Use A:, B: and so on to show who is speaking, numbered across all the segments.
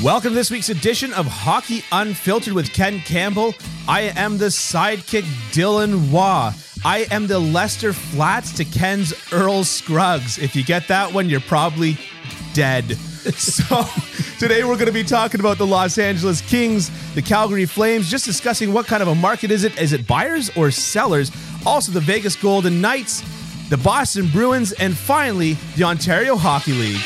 A: Welcome to this week's edition of Hockey Unfiltered with Ken Campbell. I am the sidekick Dylan Waugh. I am the Lester Flats to Ken's Earl Scruggs. If you get that one, you're probably dead. so today we're going to be talking about the Los Angeles Kings, the Calgary Flames, just discussing what kind of a market is it? Is it buyers or sellers? Also the Vegas Golden Knights, the Boston Bruins, and finally the Ontario Hockey League.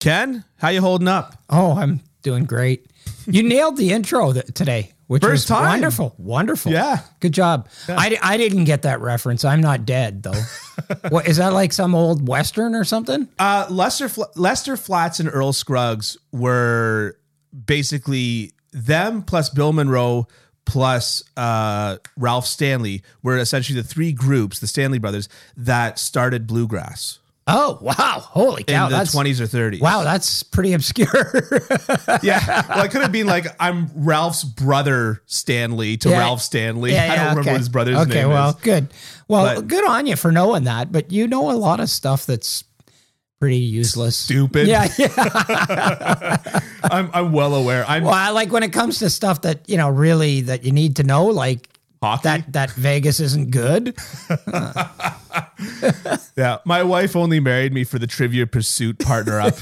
A: Ken, how you holding up?
B: Oh, I'm doing great. You nailed the intro th- today, which
A: First
B: was
A: time.
B: wonderful. Wonderful.
A: Yeah.
B: Good job. I, di- I didn't get that reference. I'm not dead, though. what is that like some old Western or something?
A: Uh, Lester Fl- Lester Flats and Earl Scruggs were basically them plus Bill Monroe plus uh, Ralph Stanley were essentially the three groups, the Stanley brothers, that started bluegrass
B: Oh, wow. Holy
A: in
B: cow.
A: the
B: that's
A: 20s or 30s.
B: Wow, that's pretty obscure.
A: Yeah. Well, I could have been like, I'm Ralph's brother Stanley to
B: Yeah.
A: Ralph Stanley. I don't remember
B: okay.
A: what his brother's
B: okay,
A: name
B: well,
A: is.
B: good. Well,
A: But-
B: good on you for knowing that, but you know a lot of stuff that's pretty useless.
A: Stupid.
B: Yeah, yeah.
A: I'm, I'm well aware. I'm
B: Well, I like when it comes to stuff that, you know, really that you need to know, like
A: hockey.
B: that that Vegas isn't good.
A: yeah. My wife only married me for the trivia pursuit partner up.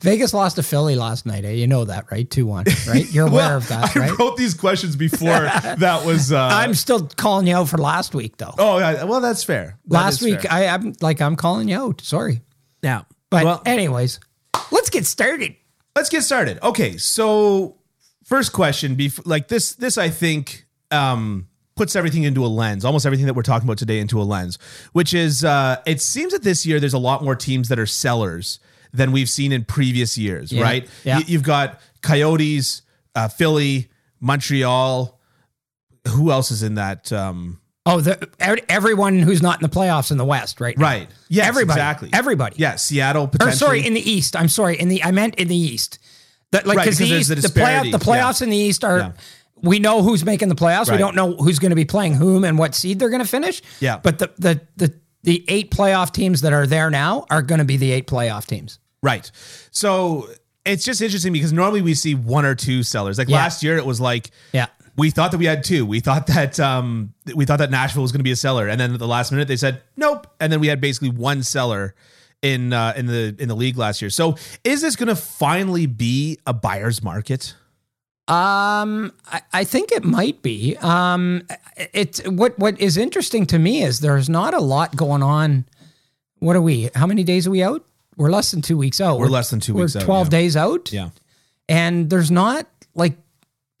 B: Vegas lost to Philly last night. Eh? You know that, right? 2 1, right? You're aware
A: Well,
B: of that,
A: I
B: right?
A: wrote these questions before that was. Uh,
B: I'm still calling you out for last week, though.
A: oh, yeah, well, that's fair. That
B: last
A: is
B: week,
A: fair.
B: I, I'm like, I'm calling you out. Sorry.
A: now,
B: But,
A: well,
B: anyways, let's get started.
A: let's get started. Okay, so first question, bef- like this, this I think um, puts everything into a lens. Almost everything that we're talking about today into a lens, which is uh, it seems that this year there's a lot more teams that are sellers than we've seen in previous years, right?
B: yeah.
A: You- you've got Coyotes, uh, Philly, Montreal. Who else is in that? Um,
B: Oh, the, ev- everyone who's not in the playoffs in the West, right? now.
A: Right. Yes,
B: Everybody.
A: Exactly.
B: Everybody.
A: Yeah. Seattle
B: Or
A: potentially.
B: sorry, in the East. I'm sorry. In the I meant in the East. That like
A: Right,
B: because
A: because
B: the,
A: there's
B: East-
A: the
B: the playoff
A: disparity.
B: the playoffs in the East are
A: Yeah.
B: we know who's making the playoffs. We
A: Right.
B: don't know who's going to be playing whom and what seed they're going to finish.
A: Yeah.
B: But the the the the eight playoff teams that are there now are going to be the eight playoff teams.
A: right. So it's just interesting because normally we see one or two sellers. Like
B: Yeah.
A: last year, it was like
B: Yeah.
A: we thought that we had two. We thought that um we thought that Nashville was going to be a seller, and then at the last minute they said nope, and then we had basically one seller in uh, in the in the league last year. So is this going to finally be a buyer's market?
B: Um, I, I think it might be. Um, it's what what is interesting to me is there's not a lot going on. What are we? How many days are we out? We're less than two weeks out.
A: We're less than two
B: we're
A: weeks out,
B: Twelve
A: yeah.
B: days out.
A: Yeah.
B: and there's not like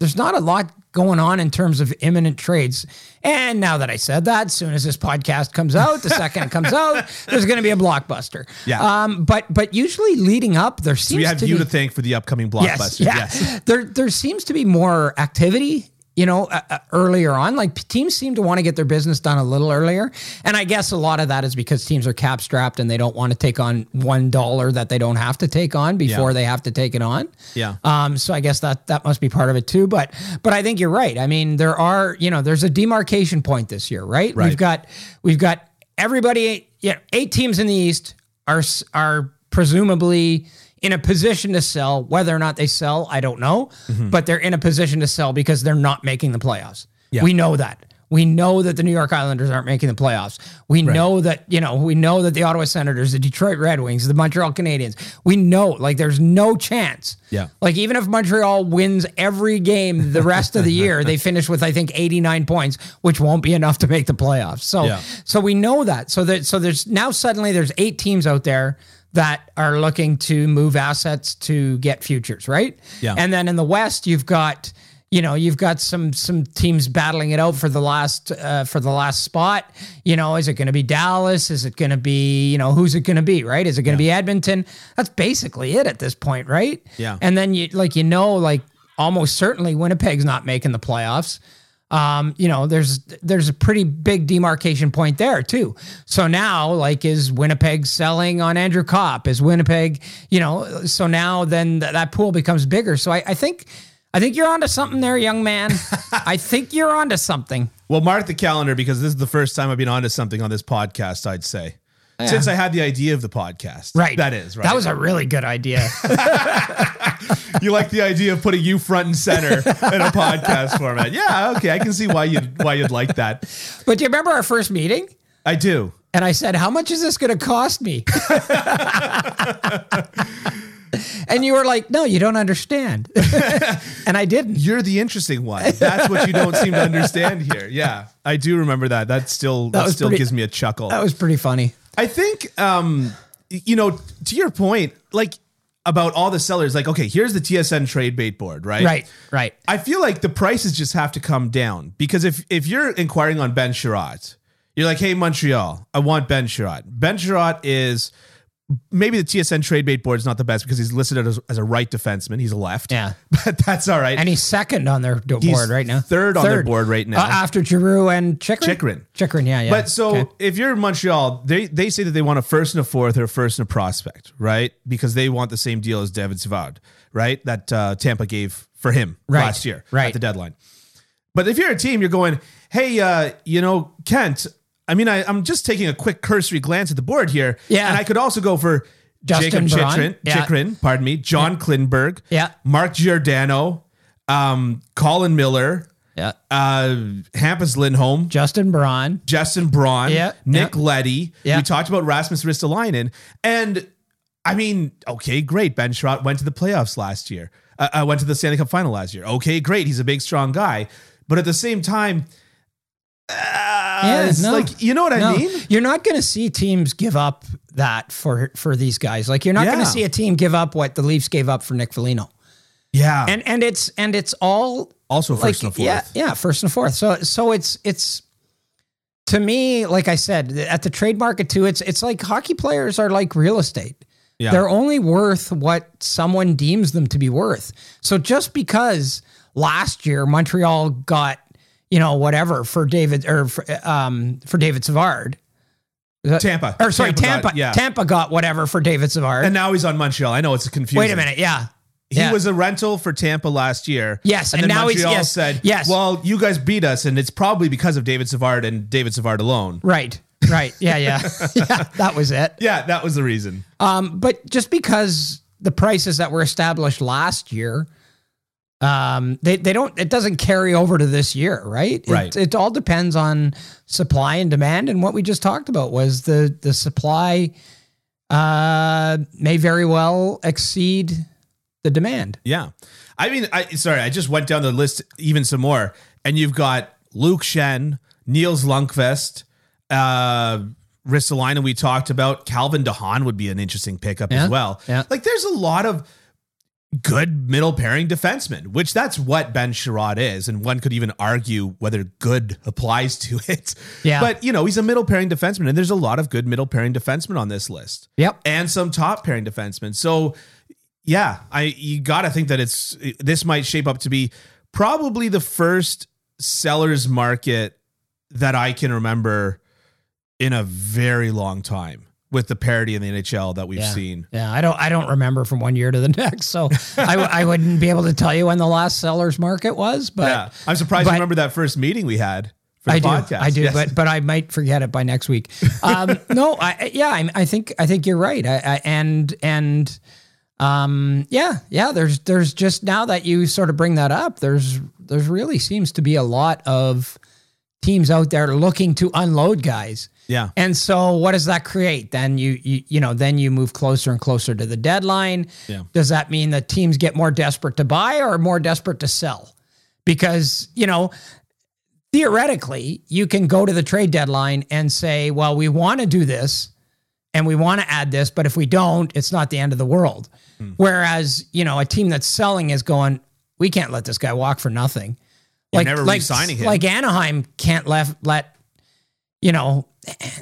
B: there's not a lot going on in terms of imminent trades. And now that I said that, as soon as this podcast comes out, the second it comes out, there's going to be a blockbuster.
A: Yeah.
B: Um. But but usually leading up, there seems
A: We have
B: to
A: you
B: be,
A: to thank for the upcoming blockbuster.
B: Yes, yeah. There there seems to be more activity, you know, uh, uh, earlier on. Like teams seem to want to get their business done a little earlier, and I guess a lot of that is because teams are cap strapped and they don't want to take on one dollar that they don't have to take on before
A: Yeah.
B: they have to take it on.
A: Yeah.
B: Um, so I guess that that must be part of it too. But but I think you're right. I mean, there are you know there's a demarcation point this year, right?
A: Right.
B: We've got we've got everybody. Yeah, eight teams in the East are s- are presumably in a position to sell. Whether or not they sell, I don't know,
A: Mm-hmm.
B: but they're in a position to sell because they're not making the playoffs.
A: Yeah.
B: We know that. We know that the New York Islanders aren't making the playoffs. We know that, you know, we know that the Ottawa Senators, the Detroit Red Wings, the Montreal Canadiens, we know like there's no chance.
A: Yeah.
B: Like even if Montreal wins every game the rest of the year, they finish with I think 89 points, which won't be enough to make the playoffs. So
A: Yeah.
B: so we know that. So that so there's now suddenly there's eight teams out there that are looking to move assets to get futures, right?
A: Yeah.
B: And then in the West, you've got you know you've got some some teams battling it out for the last uh, for the last spot. You know, is it going to be Dallas? Is it going to be you know who's it going to be? Right? Is it going to be Edmonton? That's basically it at this point, right?
A: Yeah.
B: And then you like you know like almost certainly Winnipeg's not making the playoffs. Um, you know, there's there's a pretty big demarcation point there too. So now, like, is Winnipeg selling on Andrew Kopp? Is Winnipeg, you know, so now then th- that pool becomes bigger. So I, I think I think you're onto something there, young man. I think you're onto something.
A: Well, mark the calendar because this is the first time I've been onto something on this podcast, I'd say. Since I had the idea of the podcast.
B: Right.
A: That is, right.
B: That was a really good idea.
A: you like the idea of putting you front and center in a podcast format. Yeah, okay. I can see why you'd why you'd like that.
B: but do you remember our first meeting?
A: I do.
B: And I said, How much is this going to cost me? and you were like, No, you don't understand. and I didn't.
A: You're the interesting one. That's what you don't seem to understand here. Yeah. I do remember that. That still that,
B: was
A: still
B: pretty- Oh.
A: gives me a chuckle.
B: That was pretty funny.
A: I think, um, y- you know, to your point, like about all the sellers, like, okay, here's the TSN trade bait board, right?
B: Right, right.
A: I feel like the prices just have to come down because if if you're inquiring on Ben Sherratt, you're like, hey Montreal, I want Ben Sherratt. Ben Sherratt is maybe the TSN trade bait board is not the best because he's listed as, as a right defenseman. He's a left,
B: Yeah.
A: but that's all right.
B: And he's second on their do-
A: He's
B: board right now.
A: third on their board right now.
B: Uh, after Giroux and Chikrin.
A: Chikrin.
B: Chikrin, yeah, yeah.
A: But so
B: Okay.
A: if you're in Montreal, they they say that they want a first and a fourth or a first and a prospect, right? Because they want the same deal as David Savard, right? That uh, Tampa gave for him
B: Right,
A: last year
B: right.
A: at the deadline. But if you're a team, you're going, hey, uh, you know, Kent. I mean, I, I'm just taking a quick cursory glance at the board here,
B: Yeah.
A: And I could also go for
B: Justin
A: Jacob
B: Braun,
A: Chikrin,
B: yeah.
A: Chikrin, pardon me, John Klinberg,
B: Yeah.
A: Mark Giordano, um, Colin Miller,
B: yeah.
A: uh, Hampus Lindholm,
B: Justin Braun.
A: Justin Braun,
B: Yeah,
A: Nick
B: yeah.
A: Letty.
B: Yeah.
A: We talked about Rasmus Ristolainen. And I mean, okay, great. Ben Sherratt went to the playoffs last year. Uh, uh, went to the Stanley Cup final last year. Okay, great. He's a big, strong guy. But at the same time, uh, it's
B: no.
A: like, you know what I
B: No,
A: mean?
B: you're not going to see teams give up that for for these guys. Like you're not going
A: Yeah.
B: to see a team give up what the Leafs gave up for Nick Foligno.
A: Yeah.
B: And and it's and it's all
A: also, first
B: like
A: and a fourth.
B: yeah yeah first and fourth. So so it's it's to me like I said at the trade market too. It's it's like hockey players are like real estate.
A: Yeah.
B: They're only worth what someone deems them to be worth. So just because last year Montreal got you know whatever for David or for, um, for David Savard.
A: Tampa.
B: Or sorry, Tampa.
A: got- yeah.
B: Tampa got whatever for David Savard.
A: And now he's on Montreal. I know it's confusing.
B: Wait a minute. Yeah.
A: He
B: yeah.
A: was a rental for Tampa last year.
B: Yes,
A: and,
B: and
A: then
B: now he's-
A: Montreal
B: yes,
A: said,
B: yes.
A: well, you guys beat us, and it's probably because of David Savard and David Savard alone."
B: right. Right. Yeah. Yeah. yeah. That was it.
A: Yeah, that was the reason.
B: Um, but just because the prices that were established last year, um, they, they don't it doesn't carry over to this year, right?
A: Right.
B: It, it all depends on supply and demand, and what we just talked about was the the supply uh, may very well exceed the demand.
A: Yeah. I mean, I sorry, I just went down the list even some more, and you've got Luke Shen, Niels Lundqvist, uh, Ristolainen we talked about. Calvin DeHaan would be an interesting pickup
B: Yeah,
A: as well.
B: yeah.
A: Like, there's a lot of good middle pairing defensemen, which that's what Ben Sherrod is, and one could even argue whether good applies to it.
B: Yeah.
A: But you know, he's a middle pairing defenseman, and there's a lot of good middle pairing defensemen on this list
B: Yep.
A: and some top pairing defensemen. So yeah, I you got to think that it's this might shape up to be probably the first sellers market that I can remember in a very long time with the parity in the NHL that we've
B: Yeah.
A: seen.
B: Yeah, I don't I don't remember from one year to the next, so I, w- I wouldn't be able to tell you when the last seller's market was. But
A: yeah. I'm surprised
B: but-
A: you remember that first meeting we had for the
B: I
A: podcast.
B: do, I do,
A: Yes.
B: but but I might forget it by next week. Um, no, I, I- yeah, I, I think I think you're right. I, I, and and um, yeah, yeah. There's there's just now that you sort of bring that up. There's there's really seems to be a lot of teams out there looking to unload guys.
A: yeah.
B: And so what does that create? Then you, you you know, then you move closer and closer to the deadline.
A: Yeah.
B: Does that mean that teams get more desperate to buy or more desperate to sell? Because, you know, theoretically, you can go to the trade deadline and say, well, we want to do this and we want to add this, but if we don't, it's not the end of the world.
A: Hmm.
B: Whereas, you know, a team that's selling is going, we can't let this guy walk for nothing. Like,
A: never
B: like,
A: re-signing him.
B: like Anaheim can't left, let, you know,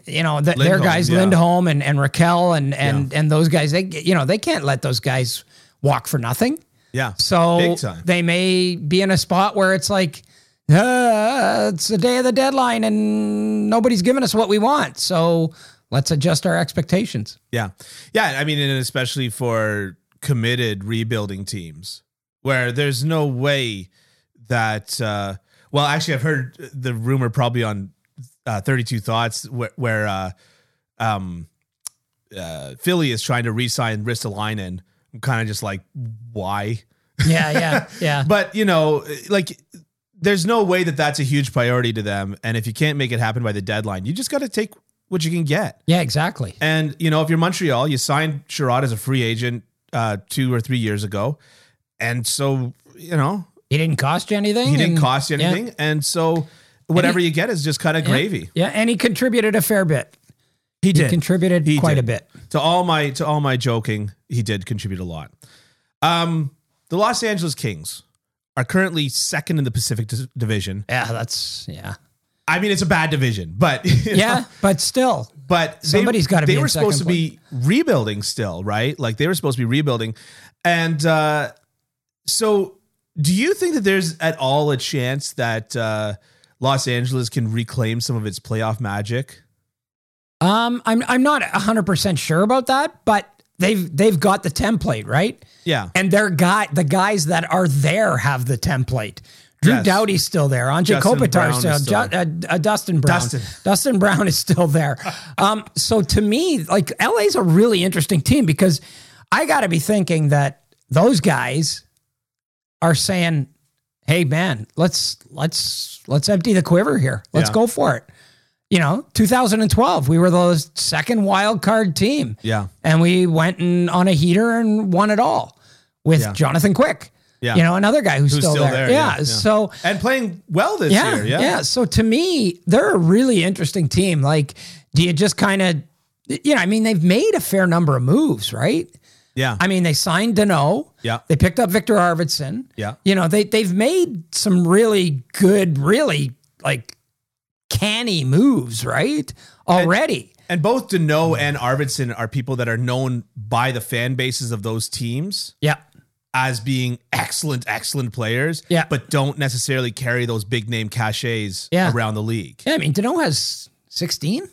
B: you know, th- their
A: Lindholm,
B: guys,
A: yeah.
B: Lindholm and, and Raquel and, and, and those guys, they, you know, they can't let those guys walk for nothing.
A: Yeah.
B: So
A: Big time.
B: they may be in a spot where it's like, uh, it's the day of the deadline and nobody's giving us what we want. So let's adjust our expectations.
A: Yeah. Yeah. I mean, and especially for committed rebuilding teams where there's no way that. Uh, well, actually, I've heard the rumor probably on uh, 32 Thoughts where, where uh, um, uh, Philly is trying to re-sign Ristolainen. I'm kind of just like, why?
B: Yeah, yeah, yeah.
A: But you know, like, there's no way that that's a huge priority to them. And if you can't make it happen by the deadline, you just got to take what you can get.
B: yeah, exactly.
A: And you know, if you're Montreal, you signed Sherrod as a free agent uh, two or three years ago, and so you know
B: He didn't cost you anything.
A: he didn't
B: and-
A: cost you
B: yeah.
A: anything, and so whatever you get is just kind of gravy.
B: Yeah, and he contributed a fair bit.
A: He
B: He contributed
A: He
B: quite
A: did.
B: a bit.
A: to all my to all my joking, he did contribute a lot. Um, the Los Angeles Kings are currently second in the Pacific Dis- Division.
B: Yeah, that's yeah.
A: I mean, it's a bad division, but you know,
B: Yeah, but still.
A: but
B: Somebody's
A: to.
B: gotta
A: They
B: be in
A: were supposed to
B: second
A: be rebuilding still, right? Like they were supposed to be rebuilding, and uh, so do you think that there's at all a chance that uh, Los Angeles can reclaim some of its playoff magic?
B: Um, I'm I'm not hundred percent sure about that, but they've they've got the template right,
A: Yeah,
B: and their guy the guys that are there have the template. Drew
A: Yes.
B: Doughty's still there. Andre
A: Justin Brown
B: Kopitar's still,
A: is still
B: Ju- uh, uh, Dustin Brown.
A: Dustin.
B: Dustin Brown is still there. Um, so to me, like LA's a really interesting team because I got to be thinking that those guys are saying, "Hey, man, let's let's let's empty the quiver here. Let's
A: Yeah.
B: go for it." You know, 2012, we were the second wild card team,
A: yeah,
B: and we went and on a heater and won it all with
A: Yeah.
B: Jonathan Quick.
A: Yeah.
B: you know, another guy who's,
A: Who's
B: still,
A: still
B: there.
A: there, yeah,
B: Yeah,
A: yeah.
B: so
A: and playing well this
B: yeah,
A: year.
B: yeah, So to me, they're a really interesting team. Like, do you just kind of, you know, I mean, they've made a fair number of moves, right?
A: yeah.
B: I mean, they signed Dano.
A: Yeah.
B: They picked up Victor Arvidsson.
A: Yeah.
B: You know, they they've made some really good, really like canny moves, right? Already.
A: And both Dano and Arvidsson are people that are known by the fan bases of those teams
B: yeah.
A: as being excellent, excellent players,
B: Yeah.
A: but don't necessarily carry those big name cachets
B: Yeah.
A: around the league.
B: Yeah. I mean, Dano has 16.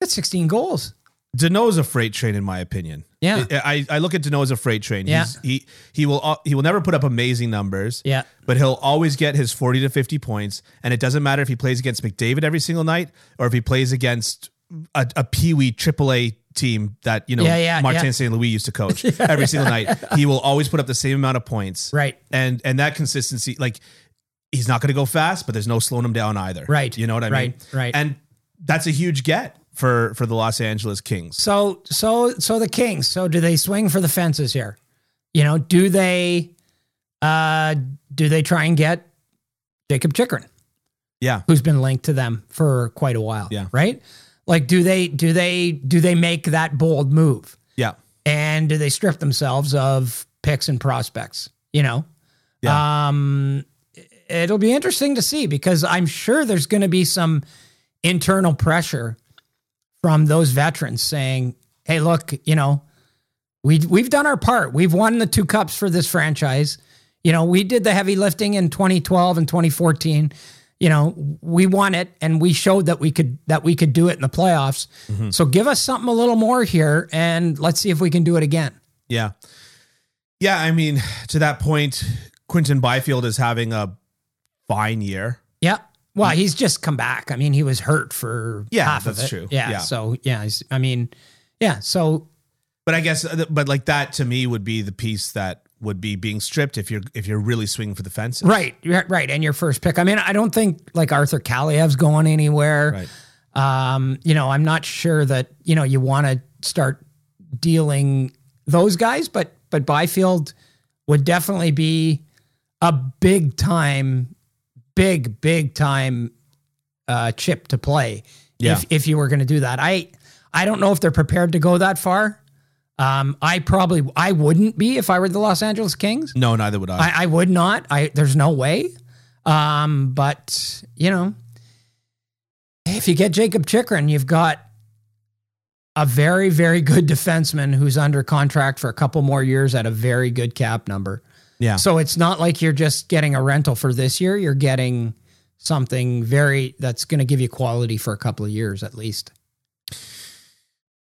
B: That's 16 goals.
A: Dano's a freight train, in my opinion.
B: Yeah.
A: I, I I look at Dano as a freight train.
B: Yeah.
A: He's, he he will al- he will never put up amazing numbers.
B: Yeah.
A: But he'll always get his forty to fifty points, and it doesn't matter if he plays against McDavid every single night or if he plays against a, a peewee AAA team that you know
B: Yeah, yeah,
A: Martin
B: yeah.
A: St. Louis used to coach every single night. He will always put up the same amount of points.
B: Right.
A: And and that consistency, like he's not going to go fast, but there's no slowing him down either.
B: Right.
A: You know what I
B: Right,
A: mean?
B: right.
A: And that's a huge get for for the Los Angeles Kings.
B: So so so the Kings. So do they swing for the fences here? You know, do they uh do they try and get Jacob Chikrin?
A: Yeah.
B: who's been linked to them for quite a while.
A: Yeah.
B: Right. Like, do they do they do they make that bold move,
A: Yeah.
B: and do they strip themselves of picks and prospects? You know.
A: Yeah.
B: Um, it'll be interesting to see because I'm sure there's going to be some internal pressure from those veterans saying, "Hey, look, you know, we we've done our part. We've won the two cups for this franchise. You know, we did the heavy lifting in 2012 and 2014. You know, we won it and we showed that we could that we could do it in the playoffs.
A: Mm-hmm.
B: So give us something a little more here and let's see if we can do it again.
A: Yeah. Yeah, I mean, to that point, Quinton Byfield is having a fine year.
B: Yeah. Well, he's just come back. I mean, he was hurt for
A: Mm-hmm. Yeah,
B: half of
A: that's
B: it.
A: true.
B: Yeah,
A: Yeah.
B: So yeah, he's, I mean, yeah. So
A: But I guess uh, but like that to me would be the piece that would be being stripped if you're if you're really swinging for the fences.
B: right, right, right. And your first pick. I mean, I don't think like Arthur Kaliev's going anywhere.
A: Right.
B: um, you know, I'm not sure that you know you want to start dealing those guys, but but Byfield would definitely be a big time, big big time uh, chip to play
A: Yeah.
B: if if you were going to do that. I I don't know if they're prepared to go that far. Um, I probably I wouldn't be if I were the Los Angeles Kings.
A: No, neither would I.
B: I, I would not. I there's no way. Um, but you know, if you get Jacob Chikrin, you've got a very, very good defenseman who's under contract for a couple more years at a very good cap number.
A: yeah.
B: So it's not like you're just getting a rental for this year. You're getting something very that's going to give you quality for a couple of years at least.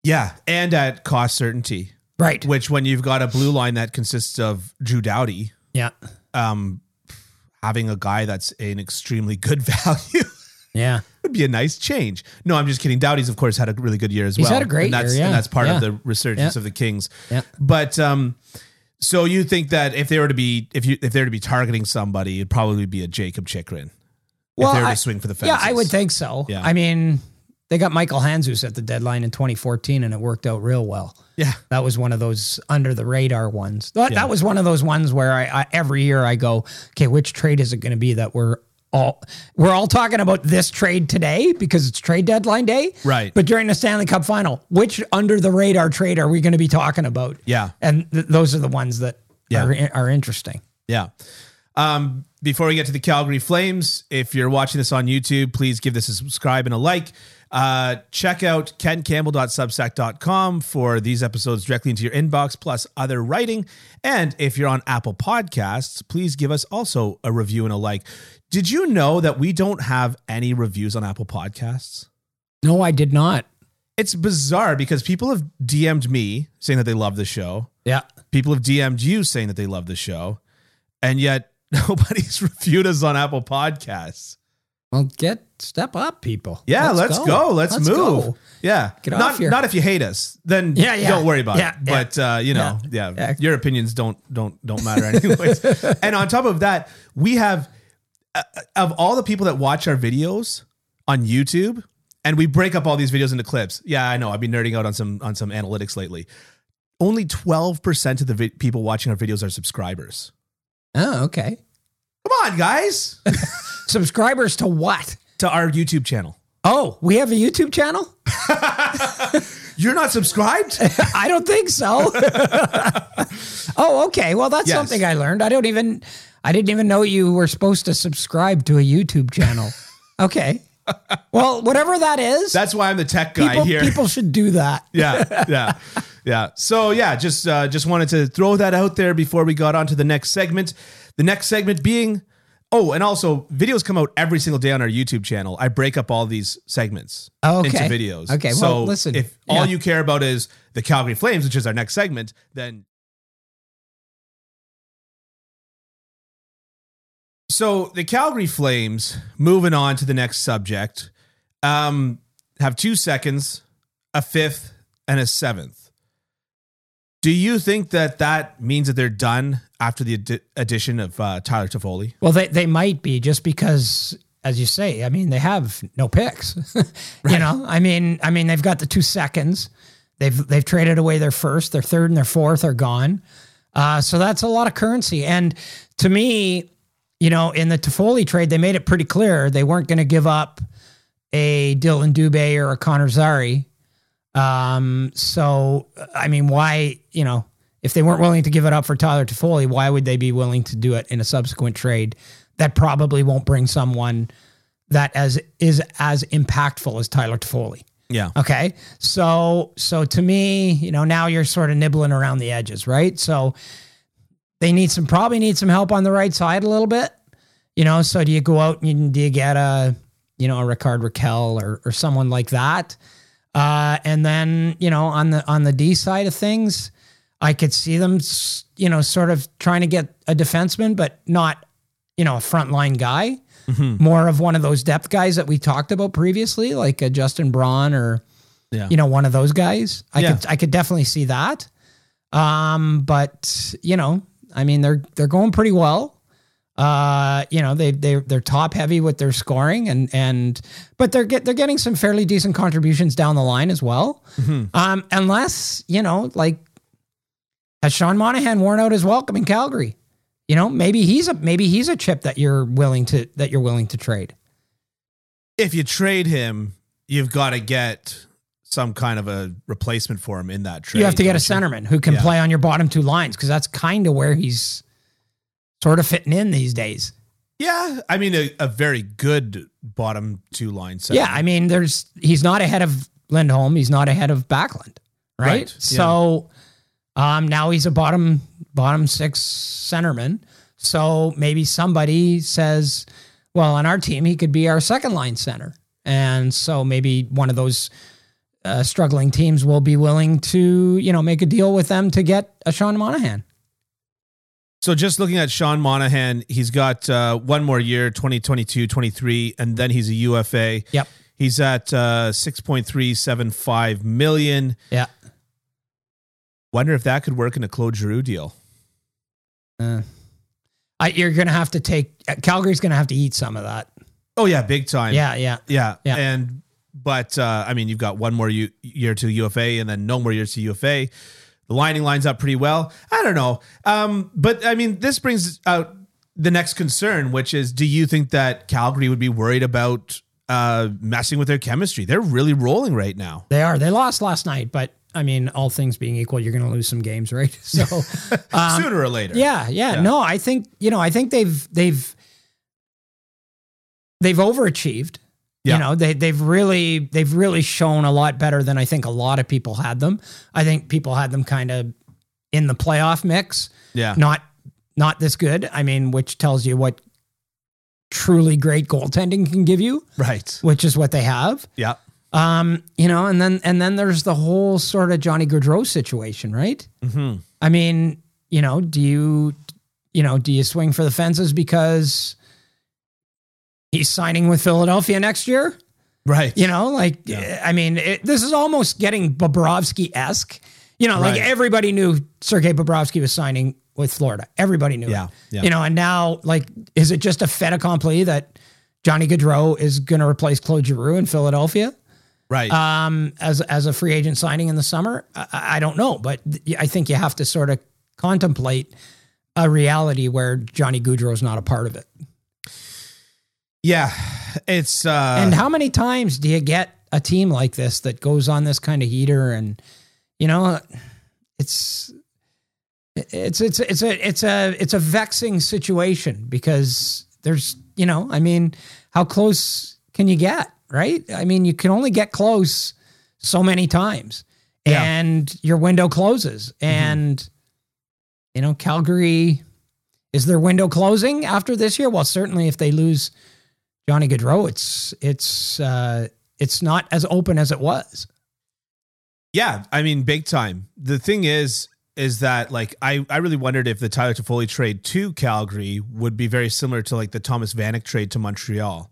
A: Yeah, and at cost certainty,
B: Right.
A: which when you've got a blue line that consists of Drew Doughty,
B: Yeah.
A: Um, having a guy that's an extremely good value
B: Yeah.
A: would be a nice change. No, I'm just kidding. Dowdy's, of course, had a really good year as
B: He's
A: well.
B: had a great
A: and that's,
B: year, yeah.
A: And that's part
B: Yeah.
A: of the resurgence
B: Yeah.
A: of the Kings.
B: Yeah.
A: But um, so you think that if they were to be if you if they were to be targeting somebody, it'd probably be a Jacob Chikrin.
B: Well,
A: if they were to
B: I-
A: swing for the
B: Yeah,
A: fences.
B: I would think so.
A: Yeah.
B: I mean, they got Michael Hanzus at the deadline in 2014 and it worked out real well.
A: Yeah.
B: That was one of those under the radar ones. That,
A: Yeah.
B: that was one of those ones where I, I every year I go, okay, which trade is it going to be that we're all we're all talking about this trade today because it's trade deadline day,
A: Right.
B: But during the Stanley Cup Final, which under the radar trade are we going to be talking about?
A: Yeah.
B: and th- those are the ones that
A: Yeah.
B: are are interesting.
A: Yeah. Um, before we get to the Calgary Flames, if you're watching this on YouTube, please give this a subscribe and a like. Uh, check out kencampbell.substack.com for these episodes directly into your inbox, plus other writing. And if you're on Apple Podcasts, please give us also a review and a like. Did you know that we don't have any reviews on Apple Podcasts?
B: No, I did not.
A: It's bizarre because people have DM'd me saying that they love the show
B: Yeah,
A: people have DM'd you saying that they love the show, and yet nobody's reviewed us on Apple Podcasts.
B: well, get step up, people.
A: Yeah, let's, go. Let's,
B: Let's
A: move.
B: go.
A: Yeah,
B: Get
A: not
B: off here.
A: not if you hate us, then
B: Yeah, yeah.
A: don't worry about
B: Yeah,
A: it. But uh, you know, yeah.
B: Yeah.
A: your opinions don't don't don't matter anyways. and on top of that, we have uh, of all the people that watch our videos on YouTube, and we break up all these videos into clips. Yeah, I know. I've been nerding out on some on some analytics lately. Only twelve percent of the vi- people watching our videos are subscribers.
B: Oh, okay.
A: Come on, guys,
B: Subscribers to what?
A: to our YouTube channel.
B: Oh, we have a YouTube channel?
A: You're not subscribed?
B: I don't think so. oh, okay. Well, that's
A: Yes.
B: something I learned. I don't even I didn't even know you were supposed to subscribe to a YouTube channel. okay. Well, whatever that is,
A: That's why I'm the tech guy
B: people,
A: here.
B: people should do that.
A: yeah, yeah, yeah. So yeah, just uh, just wanted to throw that out there before we got on to the next segment. The next segment being, oh, and also videos come out every single day on our YouTube channel. I break up all these segments
B: Oh, okay.
A: into videos.
B: Okay,
A: so
B: well, listen,
A: if all
B: yeah.
A: you care about is the Calgary Flames, which is our next segment, then. So the Calgary Flames, moving on to the next subject, um, have two seconds a fifth, and a seventh. Do you think that that means that they're done after the addi- addition of uh, Tyler Toffoli?
B: Well, they they might be just because as you say, I mean, they have no picks. You know, I mean, I mean, they've got the two seconds. They've they've traded away their first, their third, and their fourth are gone. Uh, so that's a lot of currency. And to me, you know, in the Toffoli trade, they made it pretty clear they weren't going to give up a Dylan Dubé or a Connor Zari. Um, so I mean, why you know if they weren't willing to give it up for Tyler Toffoli, why would they be willing to do it in a subsequent trade that probably won't bring someone that as is as impactful as Tyler Toffoli?
A: Yeah.
B: Okay. So so to me, you know, now you're sort of nibbling around the edges, right? So they need some probably need some help on the right side a little bit. You know, so do you go out and you- do you get a you know, a Ricard Raquel or or someone like that? Uh and then, you know, on the on the D side of things, I could see them, s- you know, sort of trying to get a defenseman, but not, you know, a frontline guy more of one of those depth guys that we talked about previously, like a Justin Braun or
A: Yeah.
B: you know one of those guys. I
A: Yeah.
B: could I could definitely see that. Um, but you know, I mean they're they're going pretty well. Uh, you know they they they're top heavy with their scoring and and but they're get they're getting some fairly decent contributions down the line as well. Um, unless you know like has Sean Monahan worn out his welcome in Calgary? You know, maybe he's a maybe he's a chip that you're willing to that you're willing to trade.
A: If you trade him, you've got to get some kind of a replacement for him in that trade.
B: you have to get a
A: don't
B: centerman who can
A: Yeah.
B: play on your bottom two lines because that's kind of where he's sort of fitting in these days.
A: you? Yeah. I mean, a, a very good bottom two line set.
B: Yeah, I mean, there's he's not ahead of Lindholm, he's not ahead of Backlund, right?
A: Right, yeah.
B: So um, now he's a bottom bottom six centerman. So maybe somebody says, well, on our team, he could be our second line center, and so maybe one of those. Uh, struggling teams will be willing to, you know, make a deal with them to get a Sean Monahan.
A: So just looking at Sean Monahan, he's got uh, one more year, 2022, 23, and then he's a UFA.
B: Yep.
A: He's at uh, 6.375 million.
B: Yeah.
A: Wonder if that could work in a Claude Giroux deal.
B: Uh, I, you're gonna have to take Calgary's gonna have to eat some of that.
A: Oh yeah, big time.
B: Yeah, yeah,
A: Yeah.
B: Yeah.
A: And but uh, I mean, you've got one more U- year to UFA, and then no more years to UFA. The lining lines up pretty well. I don't know, um, but I mean, this brings out the next concern, which is: Do you think that Calgary would be worried about uh, messing with their chemistry? They're really rolling right now.
B: they are. They lost last night, but I mean, all things being equal, you're gonna lose some games, right? So, um,
A: Sooner or later,
B: yeah, yeah, No, I think you know, I think they've they've they've overachieved.
A: Yeah.
B: You know, they they've really they've really shown a lot better than I think a lot of people had them. I think people had them kind of in the playoff mix.
A: yeah,
B: not not this good. I mean, which tells you what truly great goaltending can give you,
A: right,
B: which is what they have.
A: yeah,
B: Um, you know, and then and then there's the whole sort of Johnny Gaudreau situation, right?
A: hmm
B: I mean, you know, do you you know, do you swing for the fences because he's signing with Philadelphia next year?
A: right,
B: You know, like
A: Yeah.
B: I mean, it, this is almost getting Bobrovsky esque. You know, like
A: Right.
B: everybody knew Sergei Bobrovsky was signing with Florida. Everybody knew.
A: Yeah,
B: it.
A: yeah.
B: You know, and now like, is it just a fait accompli that Johnny Gaudreau is going to replace Claude Giroux in Philadelphia
A: right.
B: um, as as a free agent signing in the summer? I, I I don't know, but th- I think you have to sort of contemplate a reality where Johnny Gaudreau is not a part of it.
A: yeah, it's uh,
B: and how many times do you get a team like this that goes on this kind of heater and you know it's it's it's it's a it's a it's a vexing situation because there's you know i mean how close can you get right i mean you can only get close so many times
A: Yeah. Mm-hmm.
B: and your window closes and you know calgary is their window closing after this year well certainly if they lose Johnny Gaudreau, it's it's uh, it's not as open as it was.
A: Yeah, I mean, big time. The thing is, is that like I, I really wondered if the Tyler Toffoli trade to Calgary would be very similar to like the Thomas Vanek trade to Montreal,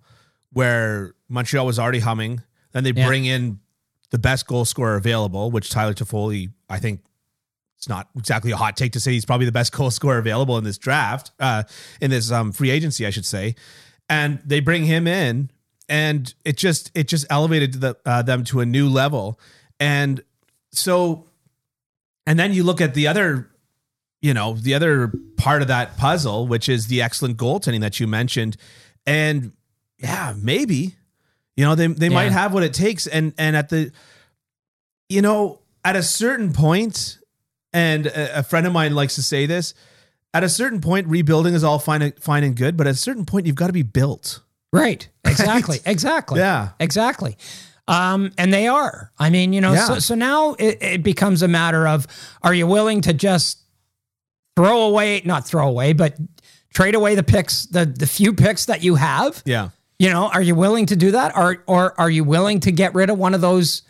A: where Montreal was already humming, then they
B: Yeah.
A: bring in the best goal scorer available, which Tyler Toffoli, I think, it's not exactly a hot take to say he's probably the best goal scorer available in this draft, uh, in this um, free agency, I should say, and they bring him in, and it just it just elevated the, uh, them to a new level, and so and then you look at the other you know the other part of that puzzle which is the excellent goaltending that you mentioned and yeah maybe you know they they might
B: Yeah.
A: have what it takes and and at the you know at a certain point and a, a friend of mine likes to say this at a certain point rebuilding is all fine fine and good but at a certain point you've got to be built
B: Right. Exactly. Exactly.
A: Yeah.
B: Exactly. Um, and they are. I mean, you know,
A: Yeah.
B: so, so now it, it becomes a matter of are you willing to just throw away, not throw away, but trade away the picks, the the few picks that you have?
A: yeah
B: You know, are you willing to do that? Or or are you willing to get rid of one of those,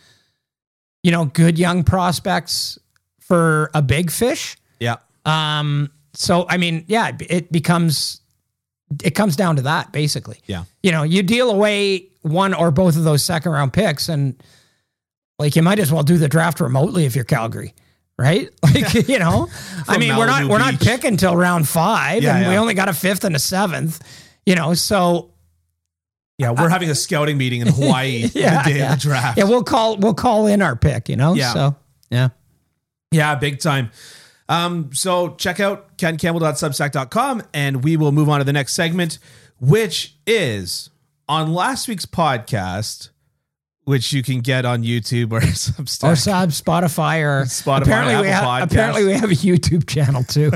B: you know, good young prospects for a big fish?
A: yeah
B: Um, so I mean, yeah, it- it becomes it comes down to that basically.
A: yeah
B: You know, you deal away one or both of those second round picks, and like you might as well do the draft remotely if you're Calgary, right? Like you know, I mean, we're not
A: Malibu
B: we're not
A: Beach.
B: picking till round five,
A: Yeah,
B: and we
A: yeah.
B: only got a fifth and a seventh. You know, so
A: yeah we're having a scouting meeting in hawaii
B: Yeah,
A: the day
B: yeah.
A: of the draft
B: yeah, we'll call we'll call in our pick. You know,
A: Yeah.
B: so yeah.
A: Yeah, big time. Um, so check out kencampbell.substack.com and we will move on to the next segment, which is on last week's podcast, which you can get on YouTube or
B: Or
A: Substack.
B: sub Spotify or
A: Spotify,
B: apparently we
A: Apple
B: have
A: Podcasts.
B: apparently we have a YouTube channel too.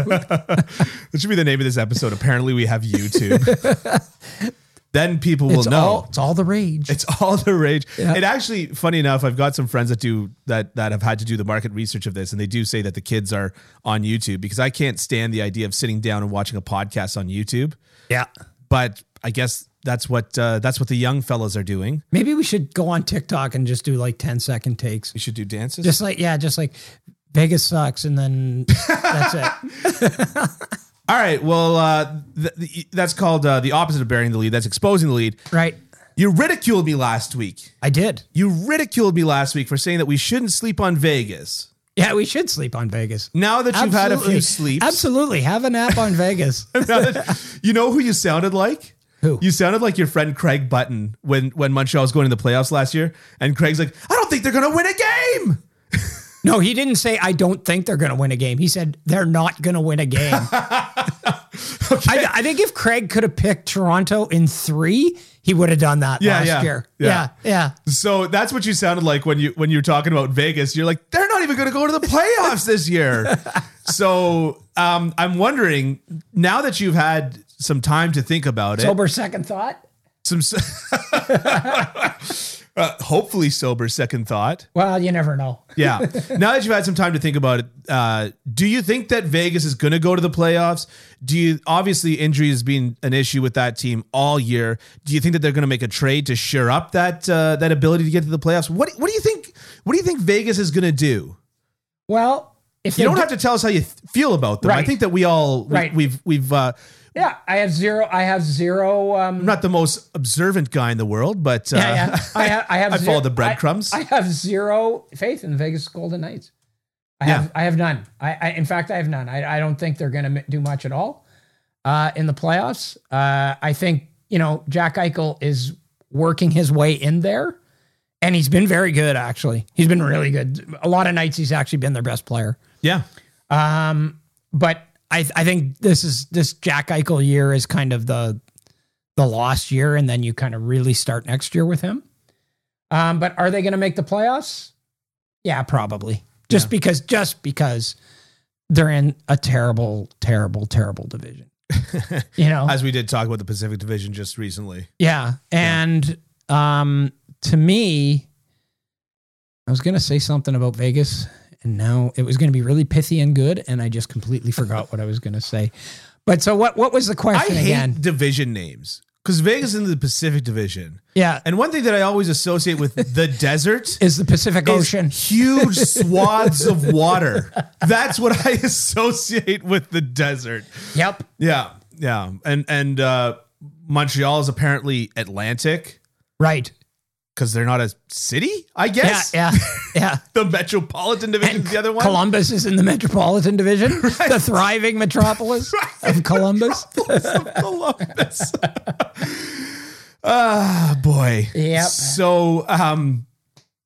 A: Which should be the name of this episode. Apparently, we have YouTube. then people will
B: it's
A: know.
B: all it's all the rage.
A: It's all the rage.
B: Yeah.
A: It actually, funny enough, I've got some friends that do that that have had to do the market research of this, and they do say that the kids are on YouTube because I can't stand the idea of sitting down and watching a podcast on YouTube.
B: yeah.
A: But I guess that's what uh, that's what the young fellas are doing.
B: Maybe we should go on TikTok and just do like 10 second takes.
A: We should do dances.
B: Just like yeah, just like Vegas sucks and then that's it.
A: All right. Well, uh, th- th- that's called uh, the opposite of burying the lead. That's exposing the lead.
B: Right.
A: You ridiculed me last week.
B: I did.
A: You ridiculed me last week for saying that we shouldn't sleep on Vegas.
B: Yeah, we should sleep on Vegas.
A: Now that you've had a few sleeps,
B: Absolutely. Have a nap on Vegas.
A: you know who you sounded like?
B: Who?
A: You sounded like your friend Craig Button when when Montreal was going to the playoffs last year, and Craig's like, "I don't think they're going to win a game."
B: No, he didn't say I don't think they're going to win a game. He said they're not going to win a game. I, I think if Craig could have picked Toronto in three, he would have done that
A: Yeah,
B: last
A: yeah,
B: year.
A: yeah.
B: Yeah, yeah,
A: So that's what you sounded like when you when you're talking about Vegas. You're like, they're not even going to go to the playoffs this year. So um, I'm wondering now that you've had some time to think about it,
B: Sober second thought.
A: some uh, hopefully sober second thought.
B: Well, you never know.
A: Yeah. now that you've had some time to think about it, uh, do you think that Vegas is going to go to the playoffs? Do you obviously injury has been an issue with that team all year? Do you think that they're going to make a trade to shore up that uh, that ability to get to the playoffs? What What do you think? What do you think Vegas is going to do?
B: Well, if
A: You
B: they
A: don't
B: do-
A: have to tell us how you th- feel about them. I
B: Right.
A: think that we all we,
B: Right.
A: we've we've uh,
B: yeah, I have zero. I have zero. Um,
A: I'm not the most observant guy in the world, but uh,
B: yeah, yeah. I have. I have.
A: I follow
B: zero-
A: the breadcrumbs.
B: I, I have zero faith in the Vegas Golden Knights. I
A: Yeah.
B: have. I have none. I, I in fact, I have none. I, I don't think they're going to do much at all uh, in the playoffs. Uh, I think you know Jack Eichel is working his way in there, and he's been very good. Actually, he's been really good. A lot of nights, he's actually been their best player.
A: yeah.
B: Um, but I I think this is this Jack Eichel year is kind of the the lost year, and then you kind of really start next year with him. Um, but are they going to make the playoffs? Yeah, probably. Just because, just because they're in a terrible, terrible, terrible division. you know,
A: As we did talk about the Pacific Division just recently.
B: yeah. And um to me, I was gonna say something about Vegas and now it was gonna be really pithy and good, and I just completely forgot what I was gonna say. But so what what was the
A: I
B: question
A: hate
B: again?
A: division names because Vegas is in the Pacific Division.
B: Yeah.
A: And one thing that I always associate with the desert
B: Is the Pacific Ocean.
A: is huge swaths of water. That's what I associate with the desert.
B: Yep.
A: Yeah, yeah, and and uh, Montreal is apparently Atlantic
B: Right.
A: because they're not a city, I
B: Yeah,
A: guess.
B: yeah, yeah.
A: The Metropolitan Division is the other one.
B: Columbus is in the metropolitan division, the thriving metropolis of Columbus.
A: Columbus. Ah, boy.
B: Yep.
A: So, um,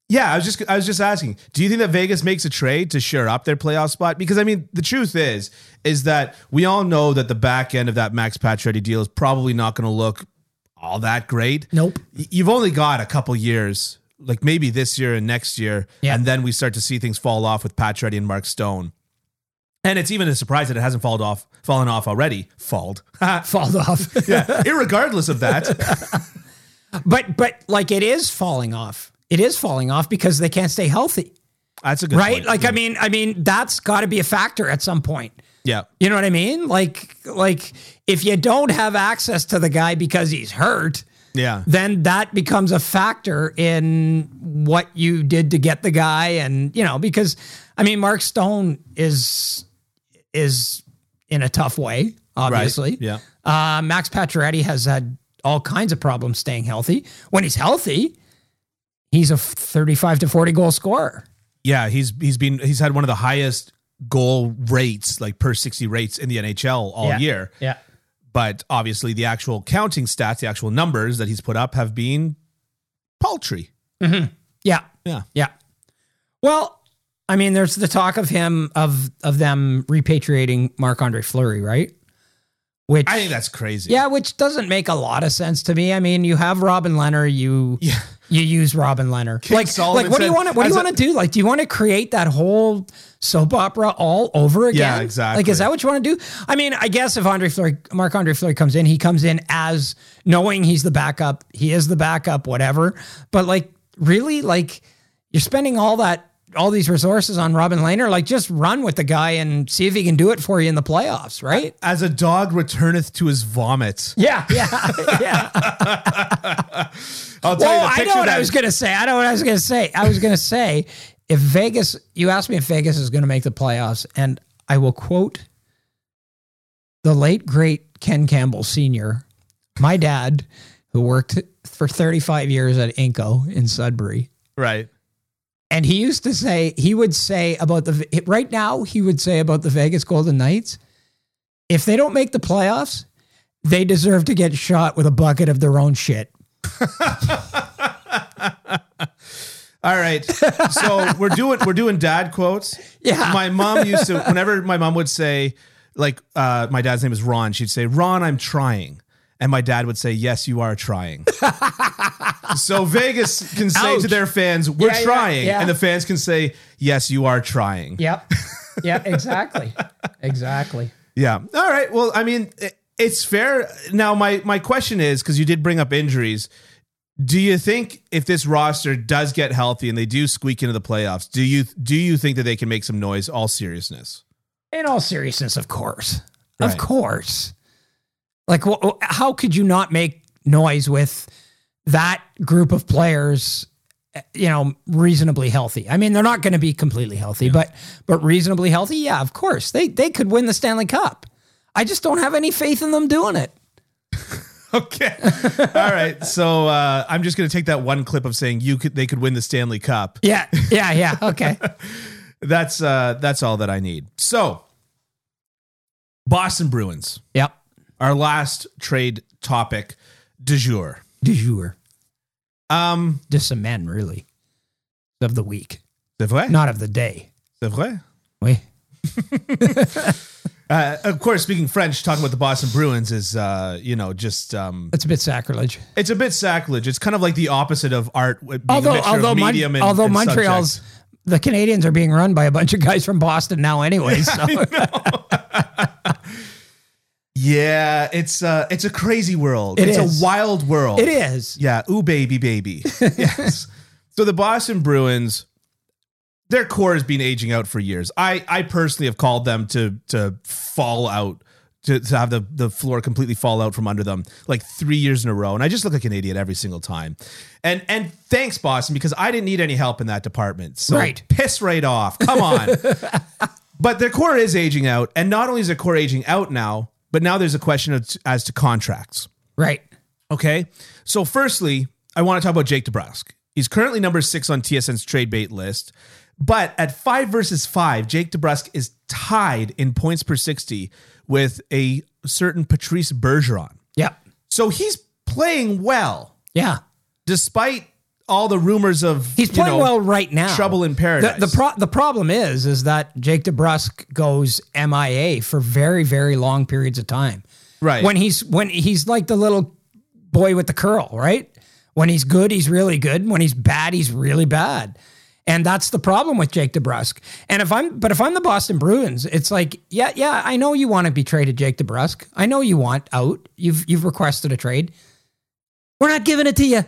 A: yeah, I was just I was just asking. Do you think that Vegas makes a trade to shore up their playoff spot? Because I mean, the truth is, is that we all know that the back end of that Max Pacioretty deal is probably not going to look all that great.
B: Nope.
A: Y- You've only got a couple years, like maybe this year and next year,
B: Yeah.
A: and then we start to see things fall off with Pacioretty and Mark Stone. And it's even a surprise that it hasn't fallen off, fallen off already. Falled.
B: Fall off.
A: Irregardless of that,
B: But but like it is falling off. It is falling off because they can't stay healthy.
A: that's a good
B: right
A: point.
B: like i mean i mean that's got to be a factor at some point
A: yeah,
B: you know what i mean like like if you don't have access to the guy because he's hurt
A: yeah,
B: then that becomes a factor in what you did to get the guy and you know because i mean mark stone is is in a tough way obviously
A: yeah.
B: uh, Max Pacioretty has had all kinds of problems staying healthy. When he's healthy, he's a 35 to 40 goal scorer.
A: yeah. He's he's been he's had one of the highest goal rates, like per sixty rates in the NHL all
B: Yeah.
A: year.
B: Yeah.
A: But obviously, the actual counting stats, the actual numbers that he's put up, have been paltry.
B: Yeah.
A: Yeah.
B: Yeah. Well, I mean, there's the talk of him of of them repatriating Marc Andre Fleury, right? Which
A: I think that's crazy.
B: yeah, which doesn't make a lot of sense to me. I mean, you have Robin Leonard, you
A: yeah.
B: you use Robin Leonard. like,
A: Solomon
B: like what do you
A: said,
B: want to what do
A: as
B: you
A: a-
B: want to do? Like, do you want to create that whole soap opera all over again?
A: Yeah, exactly.
B: Like, is that what you want to do? I mean, I guess if Andre Fleury, Mark Andre Fleury comes in, he comes in as knowing he's the backup. He is the backup, whatever. But like, really, like you're spending all that all these resources on Robin Lehner. Like, just run with the guy and see if he can do it for you in the playoffs, right?
A: As a dog returneth to his vomit.
B: Yeah, yeah, yeah.
A: I'll tell you
B: Well,
A: the
B: I
A: picture
B: know what
A: that
B: I was going to say. I know what I was going to say. I was going to say if Vegas, you asked me if Vegas is going to make the playoffs, and I will quote the late great Ken Campbell Sr., my dad, who worked for 35 years at Inco in Sudbury.
A: Right.
B: And he used to say, he would say about the, right now, he would say about the Vegas Golden Knights, if they don't make the playoffs, they deserve to get shot with a bucket of their own shit.
A: All right. So we're doing we're doing dad quotes.
B: Yeah.
A: My mom used to whenever my mom would say like uh, my dad's name is Ron, she'd say, "Ron, I'm trying." And my dad would say, "Yes, you are trying." so Vegas can say to
B: Ouch.
A: their fans, "We're
B: Yeah, yeah,
A: trying."
B: yeah.
A: And the fans can say, "Yes, you are trying."
B: Yep. Yeah, exactly. exactly.
A: Yeah. All right. Well, I mean, it, it's fair. Now, my my question is because you did bring up injuries. Do you think if this roster does get healthy and they do squeak into the playoffs, do you do you think that they can make some noise? All seriousness.
B: In all seriousness, of course.
A: Right.
B: Of course. Like, wh- wh- how could you not make noise with that group of players? eh, You know, reasonably healthy. I mean, they're not going to be completely healthy, but but reasonably healthy. Yeah, of course, they they could win the Stanley Cup. I just don't have any faith in them doing it.
A: Okay. All right. So uh, I'm just going to take that one clip of saying you could they could win the Stanley Cup.
B: Yeah, yeah, yeah. Okay.
A: That's uh, that's all that I need. So Boston Bruins,
B: yep.
A: our last trade topic du jour.
B: Du jour,
A: Um,
B: de semaine, really, of the week,
A: c'est vrai?
B: not of the day.
A: C'est vrai?
B: Oui.
A: Uh, of course, speaking French, talking about the Boston Bruins is, uh, you know, just um,
B: That's a bit sacrilege.
A: it's a bit sacrilege. It's kind of like the opposite of art, being a
B: although
A: mixture
B: although
A: of
B: Mon-
A: medium and,
B: although
A: and
B: Montreal's
A: subject.
B: the Canadians are being run by a bunch of guys from Boston now anyway. So
A: yeah, it's uh, it's a crazy world.
B: It
A: it's
B: is.
A: a wild world.
B: it is.
A: Yeah, ooh baby baby. yes. So the Boston Bruins, their core has been aging out for years. I I personally have called them to to fall out. To, to have the, the floor completely fall out from under them like three years in a row. And I just look like an idiot every single time. And and thanks, Boston, because I didn't need any help in that department. So
B: Right.
A: piss right off. Come on. but their core is aging out. And not only is their core aging out now, but now there's a question of, as to contracts.
B: Right.
A: Okay. So, firstly, I want to talk about Jake DeBrusk. He's currently number six on TSN's trade bait list, but at five versus five, Jake DeBrusk is tied in points per sixty with a certain Patrice Bergeron.
B: Yep.
A: So he's playing well,
B: Yeah.
A: despite all the rumors of
B: He's
A: you
B: playing
A: know,
B: well right now.
A: Trouble in
B: The,
A: paradise.
B: the, pro- the problem is, is that Jake DeBrusque goes MIA for very, very long periods of time.
A: right
B: When he's when he's like the little boy with the curl, right? When he's good, he's really good. When he's bad, he's really bad. And that's the problem with Jake DeBrusque. And if I'm but if I'm the Boston Bruins, it's like, yeah, yeah, I know you want to be traded, Jake DeBrusque. I know you want out. You've you've requested a trade. We're not giving it to you.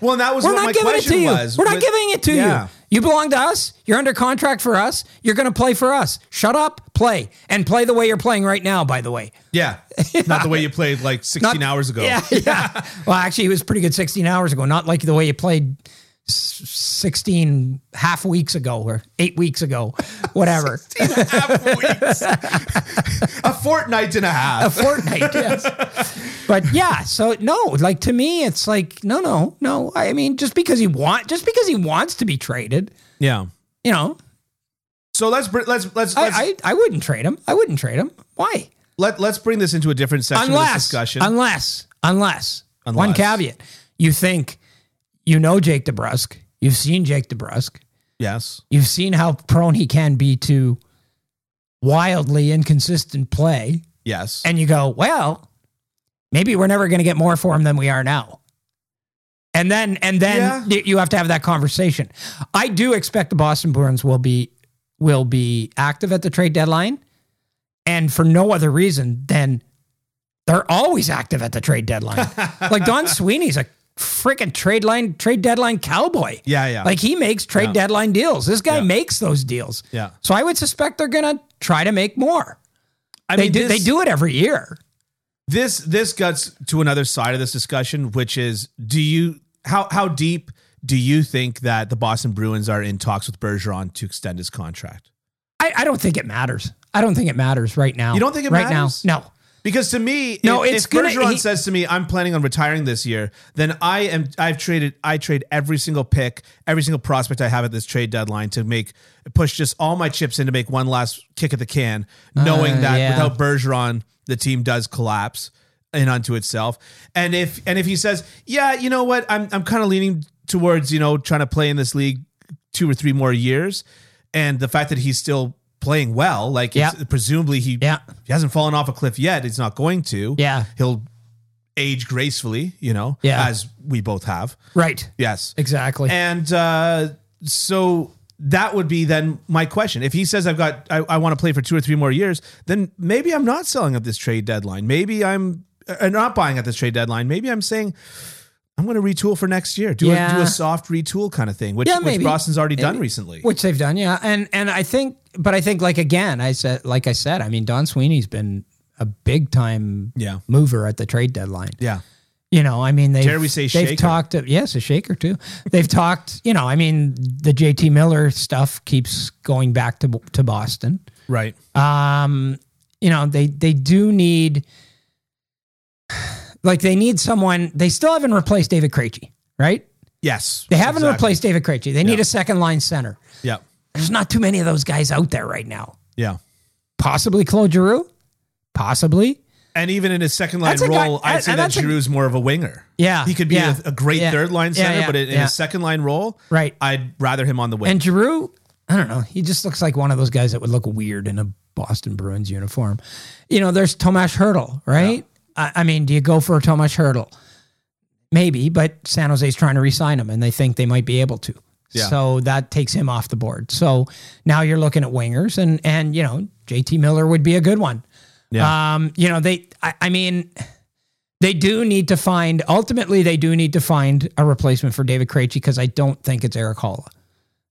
A: well, and that was
B: We're
A: what my
B: not giving it
A: question
B: to you.
A: was.
B: We're not
A: with-
B: giving it to
A: Yeah.
B: you. You belong to us. You're under contract for us. You're going to play for us. Shut up, play, and play the way you're playing right now. By the way,
A: Yeah, not the way you played like sixteen
B: Not-
A: hours ago.
B: Yeah, yeah. well, actually, he was pretty good 16 hours ago. Not like the way you played s- 16 half weeks ago or eight weeks ago, whatever.
A: Half weeks. a fortnight and a half.
B: A fortnight, yes. But yeah, so no, like to me, it's like no, no, no. I mean, just because he want, just because he wants to be traded,
A: yeah.
B: you know,
A: So let's br- let's let's let's
B: I, I I wouldn't trade him. I wouldn't trade him. Why?
A: let, let's bring this into a different section of this
B: unless,
A: discussion.
B: unless, unless, one
A: Unless.
B: caveat. You think you know Jake DeBrusque. You've seen Jake DeBrusque.
A: yes.
B: You've seen how prone he can be to wildly inconsistent play,
A: Yes.
B: and you go, well, maybe we're never going to get more for him than we are now. And then, and then
A: Yeah.
B: y- you have to have that conversation. I do expect the Boston Bruins will be will be active at the trade deadline, and for no other reason than they're always active at the trade deadline. like Don Sweeney's a freaking trade line trade deadline cowboy.
A: yeah, yeah.
B: Like he makes trade
A: Yeah.
B: deadline deals. This guy
A: Yeah.
B: makes those deals.
A: Yeah.
B: So I would suspect they're gonna try to make more.
A: I
B: they
A: mean,
B: do
A: this,
B: they do it every year.
A: this this gets to another side of this discussion, which is do you how how deep do you think that the Boston Bruins are in talks with Bergeron to extend his contract?
B: I, I, I don't think it matters. I don't think it matters right now.
A: You don't think it
B: right
A: matters?
B: now? No.
A: Because to me,
B: No,
A: if,
B: it's
A: if
B: gonna-
A: Bergeron
B: he-
A: says to me, "I'm planning on retiring this year," then I am. I've traded. I trade every single pick, every single prospect I have at this trade deadline to make push just all my chips in to make one last kick at the can, knowing
B: Uh,
A: that
B: yeah.
A: without Bergeron, the team does collapse in unto itself. And if and if he says, "Yeah, you know what? I'm I'm kind of leaning towards you know trying to play in this league two or three more years," and the fact that he's still playing well, like
B: Yeah.
A: it's- presumably he
B: Yeah.
A: if he hasn't fallen off a cliff yet. He's not going to.
B: Yeah.
A: He'll age gracefully, you know,
B: Yeah.
A: as we both have.
B: Right.
A: Yes.
B: Exactly.
A: And uh, so that would be then my question. If he says I've got I, I want to play for two or three more years, then maybe I'm not selling at this trade deadline. Maybe I'm uh, not buying at this trade deadline. Maybe I'm saying I'm going to retool for next year. Do a do
B: Yeah.
A: a soft retool kind of thing, which
B: Yeah,
A: which
B: maybe.
A: Boston's already done recently.
B: Which they've done, yeah. And and I think but I think like again, I said like I said, I mean Don Sweeney's been a big time
A: Yeah.
B: mover at the trade deadline.
A: yeah.
B: You know, I mean, they
A: Dare we say
B: they've
A: shaker.
B: talked. Yes, a shaker too. They've talked. You know, I mean, the JT Miller stuff keeps going back to to Boston.
A: Right.
B: Um, you know, they they do need like they need someone. They still haven't replaced David Krejci, right?
A: Yes.
B: They haven't
A: Exactly.
B: replaced David Krejci. They need a second line center.
A: Yeah.
B: There's not too many of those guys out there right now.
A: Yeah.
B: Possibly Claude Giroux, possibly.
A: And even in his second line
B: That's a guy-
A: role, I'd
B: and-
A: say
B: and
A: that
B: that's a-
A: Giroux's more of a winger.
B: Yeah,
A: He could be
B: yeah,
A: a, a great
B: yeah,
A: third line
B: yeah,
A: center,
B: yeah,
A: but in, in
B: yeah.
A: his second line role,
B: Right.
A: I'd rather him on the wing.
B: And Giroux, I don't know. He just looks like one of those guys that would look weird in a Boston Bruins uniform. You know, there's Tomash Hurdle, right? I, I mean, do you go for Tomash Hurdle? Maybe, but San Jose's trying to re-sign him, and they think they might be able to.
A: Yeah.
B: So that takes him off the board. So now you're looking at wingers, and and you know, JT Miller would be a good one.
A: Yeah.
B: Um, you know, they. I, I mean. They do need to find ultimately. They do need to find a replacement for David Krejci because I don't think it's Eric Holla.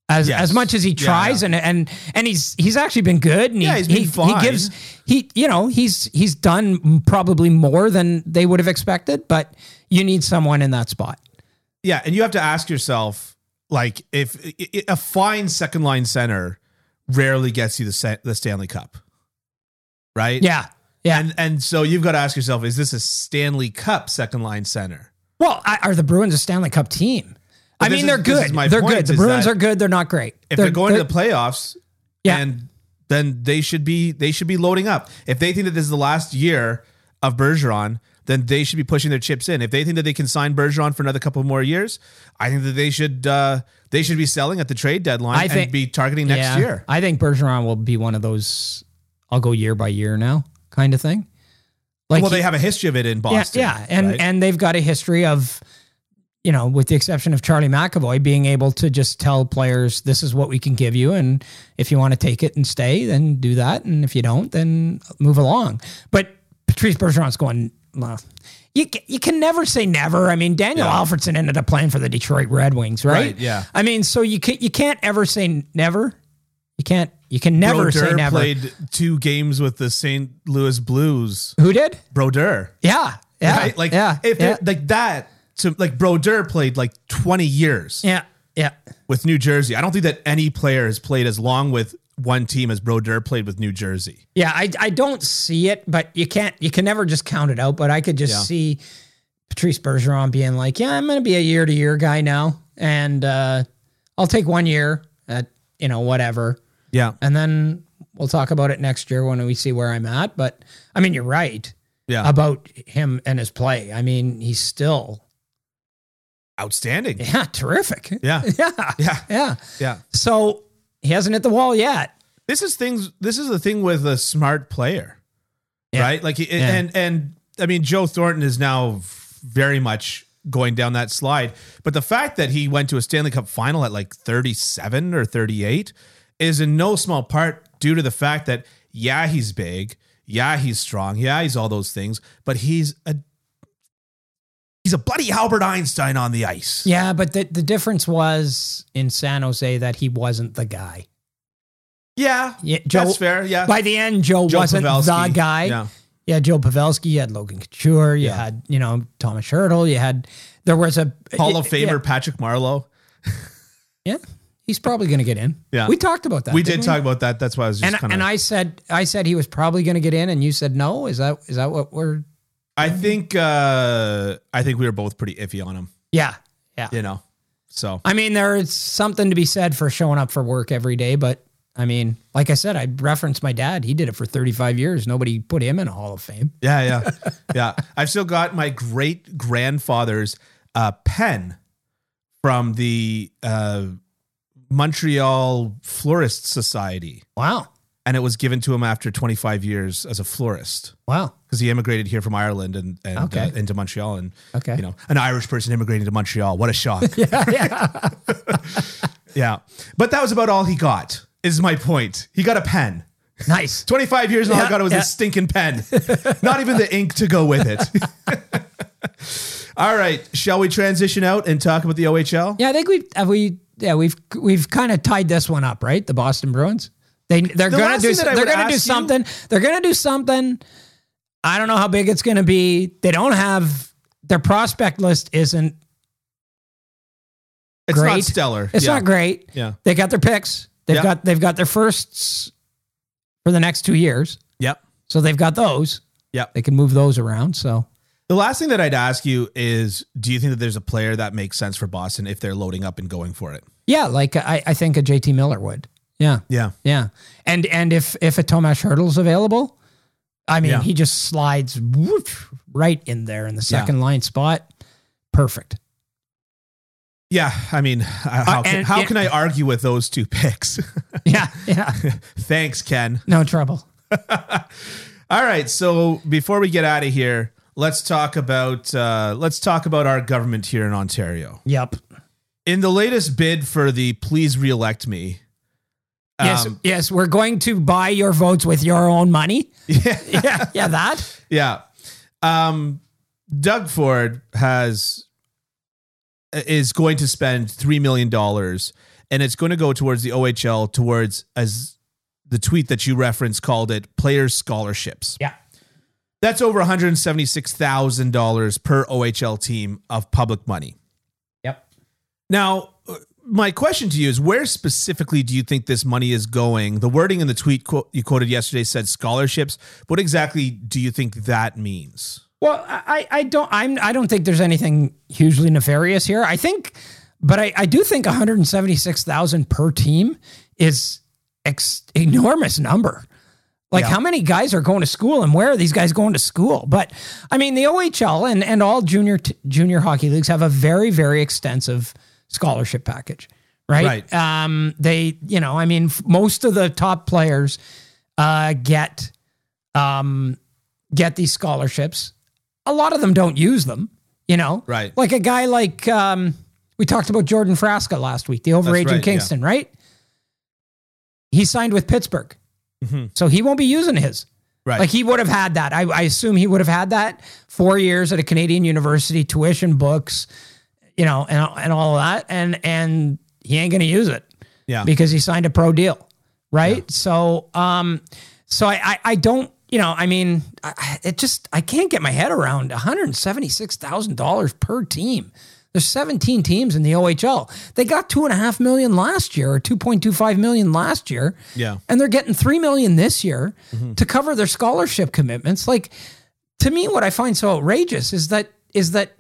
B: As
A: Yes.
B: as much as he
A: Yeah,
B: tries
A: yeah.
B: and and and he's he's actually been good. And
A: Yeah,
B: he,
A: he's been
B: he,
A: fine.
B: He gives he you know he's he's done probably more than they would have expected, but you need someone in that spot.
A: yeah, and you have to ask yourself, like, if i- i- a fine second line center rarely gets you the sa- the Stanley Cup, right?
B: Yeah, yeah.
A: And and so you've got to ask yourself, is this a Stanley Cup second line center?
B: well, I, are the Bruins a Stanley Cup team?
A: But
B: I
A: this
B: mean,
A: is-
B: they're
A: this is
B: good.
A: my
B: They're
A: point
B: good. The
A: is
B: Bruins
A: that
B: are good. They're not great.
A: If they're, going to the playoffs,
B: Yeah.
A: and then they should be they should be loading up. If they think that this is the last year of Bergeron, then they should be pushing their chips in. If they think that they can sign Bergeron for another couple more years, I think that they should uh, they should be selling at the trade deadline
B: I think-
A: and be targeting next
B: Yeah.
A: year.
B: I think Bergeron will be one of those. I'll go year by year now kind of thing. Like
A: well,
B: he-
A: they have a history of it in Boston.
B: Yeah, yeah. and
A: right?
B: and they've got a history of, you know, with the exception of Charlie McAvoy, being able to just tell players this is what we can give you, and if you want to take it and stay, then do that, and if you don't, then move along. But Patrice Bergeron's going. Well, you, ca- you can never say never. I mean, Daniel
A: Yeah.
B: Alfredson ended up playing for the Detroit Red Wings, right?
A: Right, yeah.
B: I mean, so you can you can't ever say never. You can't you can never say
A: Brodeur
B: never.
A: played two games with the St. Louis Blues.
B: Who did?
A: Brodeur,
B: Yeah, yeah,
A: right? Like
B: yeah,
A: if
B: yeah,
A: it- like that. To like Brodeur played like twenty years.
B: yeah, yeah.
A: with New Jersey. I don't think that any player has played as long with one team as Brodeur played with New Jersey.
B: Yeah, I I don't see it, but you can't you can never just count it out. But I could just
A: Yeah.
B: see Patrice Bergeron being like, "Yeah, I'm going to be a year to year guy now, and uh, I'll take one year at you know whatever,
A: Yeah.
B: and then we'll talk about it next year when we see where I'm at." But I mean, you're right
A: Yeah.
B: about him and his play. I mean, he's still
A: Outstanding. Yeah.
B: yeah terrific.
A: Yeah.
B: yeah,
A: Yeah.
B: yeah. So he hasn't hit the wall yet.
A: This is things this is the thing with a smart player.
B: Yeah.
A: Right? Like he- and and I mean Joe Thornton is now very much going down that slide, but the fact that he went to a Stanley Cup final at like 37 or 38 is in no small part due to the fact that yeah, he's big, yeah, he's strong, yeah, he's all those things, but he's a he's a bloody Albert Einstein on the ice.
B: Yeah, but the the difference was in San Jose that he wasn't the guy.
A: Yeah.
B: Yeah, Joe-
A: that's fair. Yeah.
B: by the end, Joe,
A: Joe
B: wasn't
A: Pavelski.
B: the guy.
A: Yeah.
B: Yeah, Joe Pavelski. You had Logan Couture. You
A: Yeah.
B: had you know Thomas Hurdle. You had there was a
A: Hall of Famer Patrick Marlowe.
B: Yeah, he's probably going to get in.
A: Yeah.
B: we talked about that.
A: We
B: didn't
A: did talk about that. That's why I was just
B: And
A: kind
B: and
A: of.
B: I said I said he was probably going to get in, and you said no. Is that is that what we're?
A: I think uh, I think we were both pretty iffy on him.
B: Yeah, yeah.
A: You know, so
B: I mean, there is something to be said for showing up for work every day, but I mean, like I said, I referenced my dad. He did it for 35 years. Nobody put him in a Hall of Fame.
A: yeah, yeah, yeah. I've still got my great grandfather's uh, pen from the uh, Montreal Florist Society,
B: Wow,
A: and it was given to him after 25 years as a florist
B: wow.
A: because he immigrated here from Ireland and, and uh,
B: Okay.
A: into Montreal, and
B: Okay.
A: you know, an Irish person immigrating to Montreal. What a shock!
B: yeah, yeah.
A: yeah, but that was about all he got. Is my point. He got a pen.
B: nice.
A: 25 years and all I
B: Yeah,
A: got was
B: yeah.
A: a stinking pen. Not even the ink to go with it. all right. Shall we transition out and talk about the OHL?
B: Yeah, I think we have we yeah we've we've kind of tied this one up, right? The Boston Bruins. They they're gonna
A: last
B: do
A: thing that I
B: they're
A: would
B: gonna
A: ask
B: do
A: you-
B: something. They're gonna do something. I don't know how big it's gonna be. They don't have their prospect list isn't
A: It's not
B: Great.
A: stellar.
B: it's
A: yeah.
B: not great.
A: Yeah.
B: They got their picks. They've
A: Yeah.
B: got they've got their firsts for the next two years.
A: Yep.
B: So they've got those.
A: Yep.
B: They can move those around. So
A: The last thing that I'd ask you is do you think that there's a player that makes sense for Boston if they're loading up and going for it?
B: yeah, like I, I think a JT Miller would. Yeah.
A: Yeah.
B: Yeah. And and if if a Tomash Hurdle's available, I mean,
A: Yeah.
B: he just slides whoop, right in there in the second line spot. Perfect.
A: Yeah. I mean, uh, how, can,
B: Uh, and-
A: how
B: yeah.
A: can I argue with those two picks?
B: Yeah. Yeah.
A: Thanks, Ken.
B: No trouble.
A: All right. So before we get out of here, let's talk about uh, let's talk about our government here in Ontario.
B: Yep.
A: In the latest bid for the please reelect me.
B: yes.
A: um,
B: Yes. We're going to buy your votes with your own money.
A: Yeah.
B: Yeah. Yeah. That.
A: Yeah. Um, Doug Ford has uh, is going to spend three million dollars, and it's going to go towards the OHL towards as the tweet that you referenced called it players scholarships.
B: Yeah.
A: That's over one hundred seventy six thousand dollars per OHL team of public money.
B: Yep.
A: Now, uh, my question to you is where specifically do you think this money is going? The wording in the tweet quote you quoted yesterday said scholarships. What exactly do you think that means?
B: Well, I, I don't I'm I don't think there's anything hugely nefarious here. I think but I, I do think 176,000 per team is ex- enormous number. Like
A: Yeah.
B: how many guys are going to school and where are these guys going to school? But I mean the OHL and and all junior t- junior hockey leagues have a very very extensive scholarship package, right?
A: Right.
B: Um they, you know, I mean f- most of the top players uh get um get these scholarships. A lot of them don't use them, you know?
A: Right.
B: Like a guy like um we talked about Jordan Frasca last week, the overage
A: right, yeah.
B: in Kingston, right? He signed with Pittsburgh.
A: Mhm.
B: So he won't be using his.
A: Right.
B: Like he would have had that. I, I assume he would have had that four years at a Canadian university, tuition books, you know, and and all of that. And and he ain't gonna use it
A: yeah.
B: because he signed a pro deal, right? So, um, so I, I, I don't, you know, I mean, I- I, it just, I can't get my head around one hundred seventy six thousand dollars per team. There's 17 teams in the OHL. They got two and a half million last year, or 2.25 million last year,
A: yeah. Mm-hmm.
B: and they're getting three million this year to cover their scholarship commitments. Like, to me, what I find so outrageous is that is that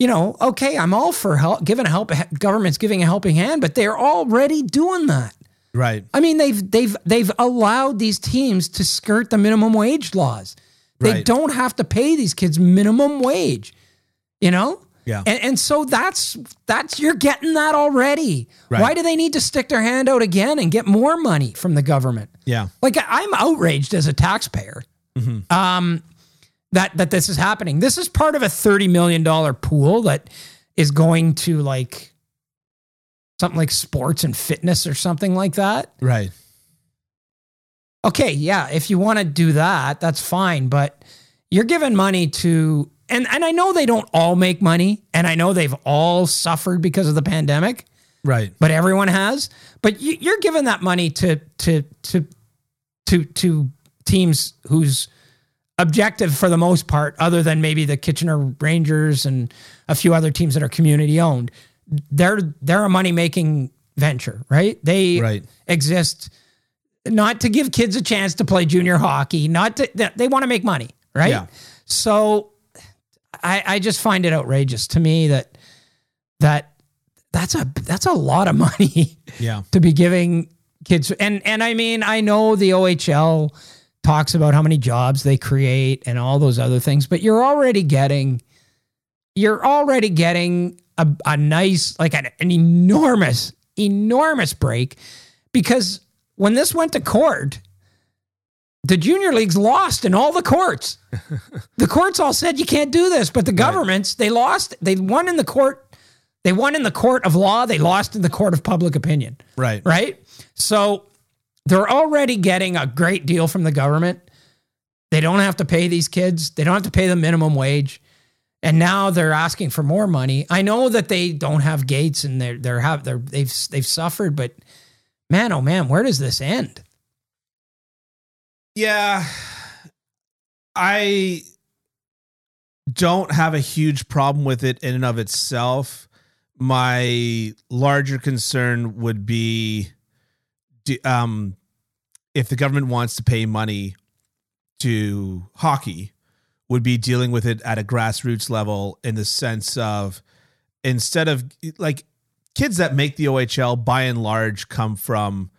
B: you know, okay, I'm all for help, giving a help, government's giving a helping hand, but they're already doing that.
A: Right.
B: I mean, they've they've they've allowed these teams to skirt the minimum wage laws. They
A: Right.
B: don't have to pay these kids minimum wage, you know.
A: Yeah.
B: And, and so that's that's you're getting that already.
A: Right.
B: Why do they need to stick their hand out again and get more money from the government?
A: Yeah. Mm-hmm.
B: Like I- I'm outraged as a taxpayer. Um, that that this is happening. This is part of a thirty million dollar pool that is going to like something like sports and fitness or something like that.
A: Right.
B: Okay, yeah, if you want to do that, that's fine, but you're giving money to and and I know they don't all make money and I know they've all suffered because of the pandemic,
A: Right.
B: but everyone has. But you, you're giving that money to to to to to teams whose objective for the most part other than maybe the Kitchener Rangers and a few other teams that are community owned, they're they're a money making venture, right? They
A: Right.
B: exist not to give kids a chance to play junior hockey, not to they, they want to make money, right?
A: Yeah.
B: So I I just find it outrageous to me that that that's a that's a lot of money
A: Yeah.
B: to be giving kids and and I mean I know the OHL talks about how many jobs they create and all those other things but you're already getting you're already getting a, a nice like an, an enormous enormous break because when this went to court the junior leagues lost in all the courts the courts all said you can't do this but the governments they lost they won in the court they won in the court of law they lost in the court of public opinion
A: Right.
B: right? So they're already getting a great deal from the government. They don't have to pay these kids, they don't have to pay the minimum wage. And now they're asking for more money. I know that they don't have gates and they're they're have they're they've they've suffered, but man, oh man, where does this end?
A: Yeah. I don't have a huge problem with it in and of itself. My larger concern would be do- um, if the government wants to pay money to hockey, would be dealing with it at a grassroots level in the sense of instead of like kids that make the OHL by and large come from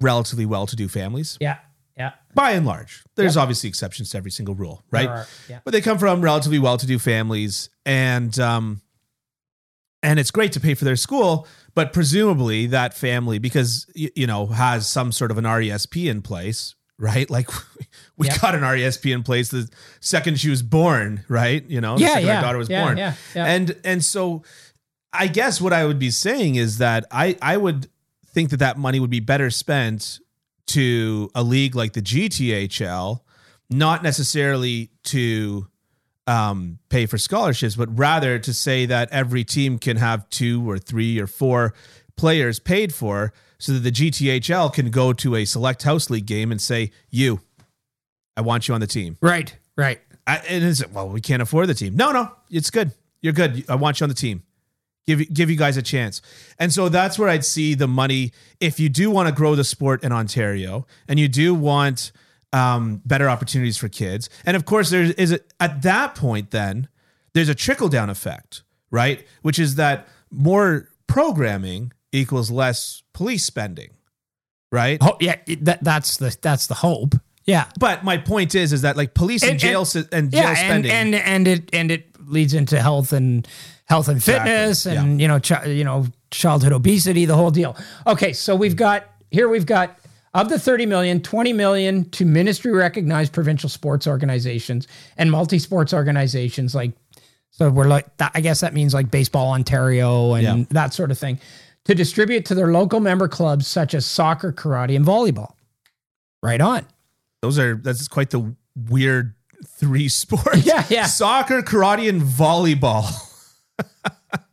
A: relatively well to do families
B: Yeah, yeah,
A: by and large. There's obviously exceptions to every single rule, right?
B: yeah,
A: But they come from relatively well-to-do families, and um, and it's great to pay for their school, but presumably that family, because y- you know, has some sort of an RESP in place, right? Like we
B: Yeah.
A: got an RESP in place the second she was born, right? You know, the
B: yeah,
A: second
B: yeah.
A: our daughter was
B: yeah,
A: born,
B: Yeah, yeah.
A: and and so I guess what I would be saying is that I I would think that that money would be better spent to a league like the GTHL, not necessarily to um, pay for scholarships, but rather to say that every team can have two or three or four players paid for, so that the GTHL can go to a select house league game and say, "You, I want you on the team."
B: right, right.
A: I, and it's well, we can't afford the team. No, no, it's good. You're good. I want you on the team. Give give you guys a chance. And so that's where I'd see the money if you do want to grow the sport in Ontario and you do want um, better opportunities for kids. And of course, there is a, at that point then there's a trickle down effect, right? Which is that more programming equals less police spending, right?
B: Oh, yeah, it- that, that's the that's the hope. Yeah.
A: But my point is, is that like police and,
B: And-
A: jail
B: and-
A: si- and jail
B: yeah, and,
A: spending.
B: and and it and it leads into health and health and
A: Exactly,
B: fitness and you know chi- you know childhood obesity, the whole deal. Okay, so
A: Mm-hmm.
B: we've got here we've got of the 30 million, 20 million to ministry recognized provincial sports organizations and multi-sports organizations like so we're like that, I guess that means like baseball Ontario and
A: Yeah.
B: that sort of thing to distribute to their local member clubs such as soccer, karate and volleyball. Right on.
A: those are that's quite the weird three sports.
B: Yeah, yeah.
A: Soccer, karate, and volleyball.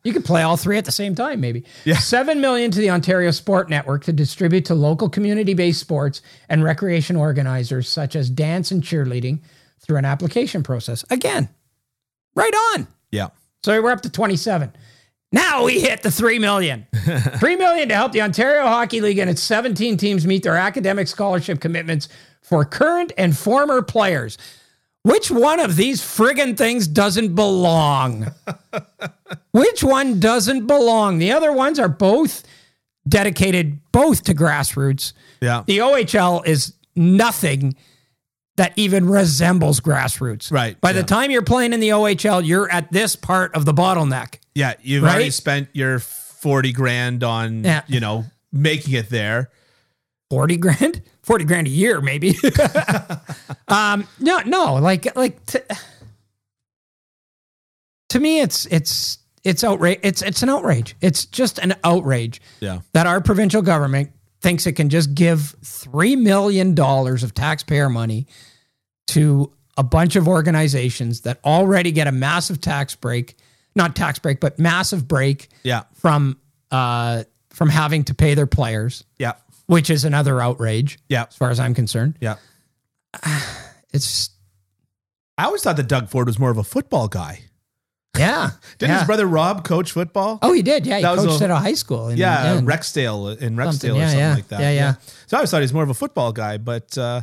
B: You could play all three at the same time, maybe.
A: Yeah.
B: Seven million to the Ontario Sport Network to distribute to local community-based sports and recreation organizers such as dance and cheerleading through an application process. Again, right on.
A: Yeah.
B: So we're up to 27. Now we hit the 3 million. 3 million to help the Ontario Hockey League and its 17 teams meet their academic scholarship commitments for current and former players. Which one of these friggin' things doesn't belong? Which one doesn't belong? The other ones are both dedicated both to grassroots.
A: Yeah.
B: The OHL is nothing that even resembles grassroots.
A: Right,
B: By
A: yeah.
B: the time you're playing in the OHL, you're at this part of the bottleneck.
A: Yeah. You've
B: Right?
A: already spent your 40 grand on,
B: Yeah.
A: you know, making it there.
B: 40 grand, 40 grand a year, maybe. um, no, no, like, like to, to me, it's, it's, it's outrage. It's, it's an outrage. It's just an outrage
A: Yeah.
B: that our provincial government thinks it can just give $3 million of taxpayer money to a bunch of organizations that already get a massive tax break, not tax break, but massive break
A: Yeah.
B: from, uh, from having to pay their players
A: Yeah.
B: which is another outrage
A: Yeah.
B: as far as I'm concerned.
A: Yeah.
B: It's
A: I always thought that Doug Ford was more of a football guy.
B: Yeah.
A: Didn't
B: yeah.
A: his brother Rob coach football?
B: Oh, he did. Yeah, he
A: That was
B: coached
A: a-
B: at a high school. In,
A: yeah, uh,
B: in-
A: Rexdale in Rexdale
B: Something,
A: or
B: yeah,
A: something
B: yeah,
A: like that.
B: yeah, yeah.
A: So I always thought he's more of a football guy, but uh,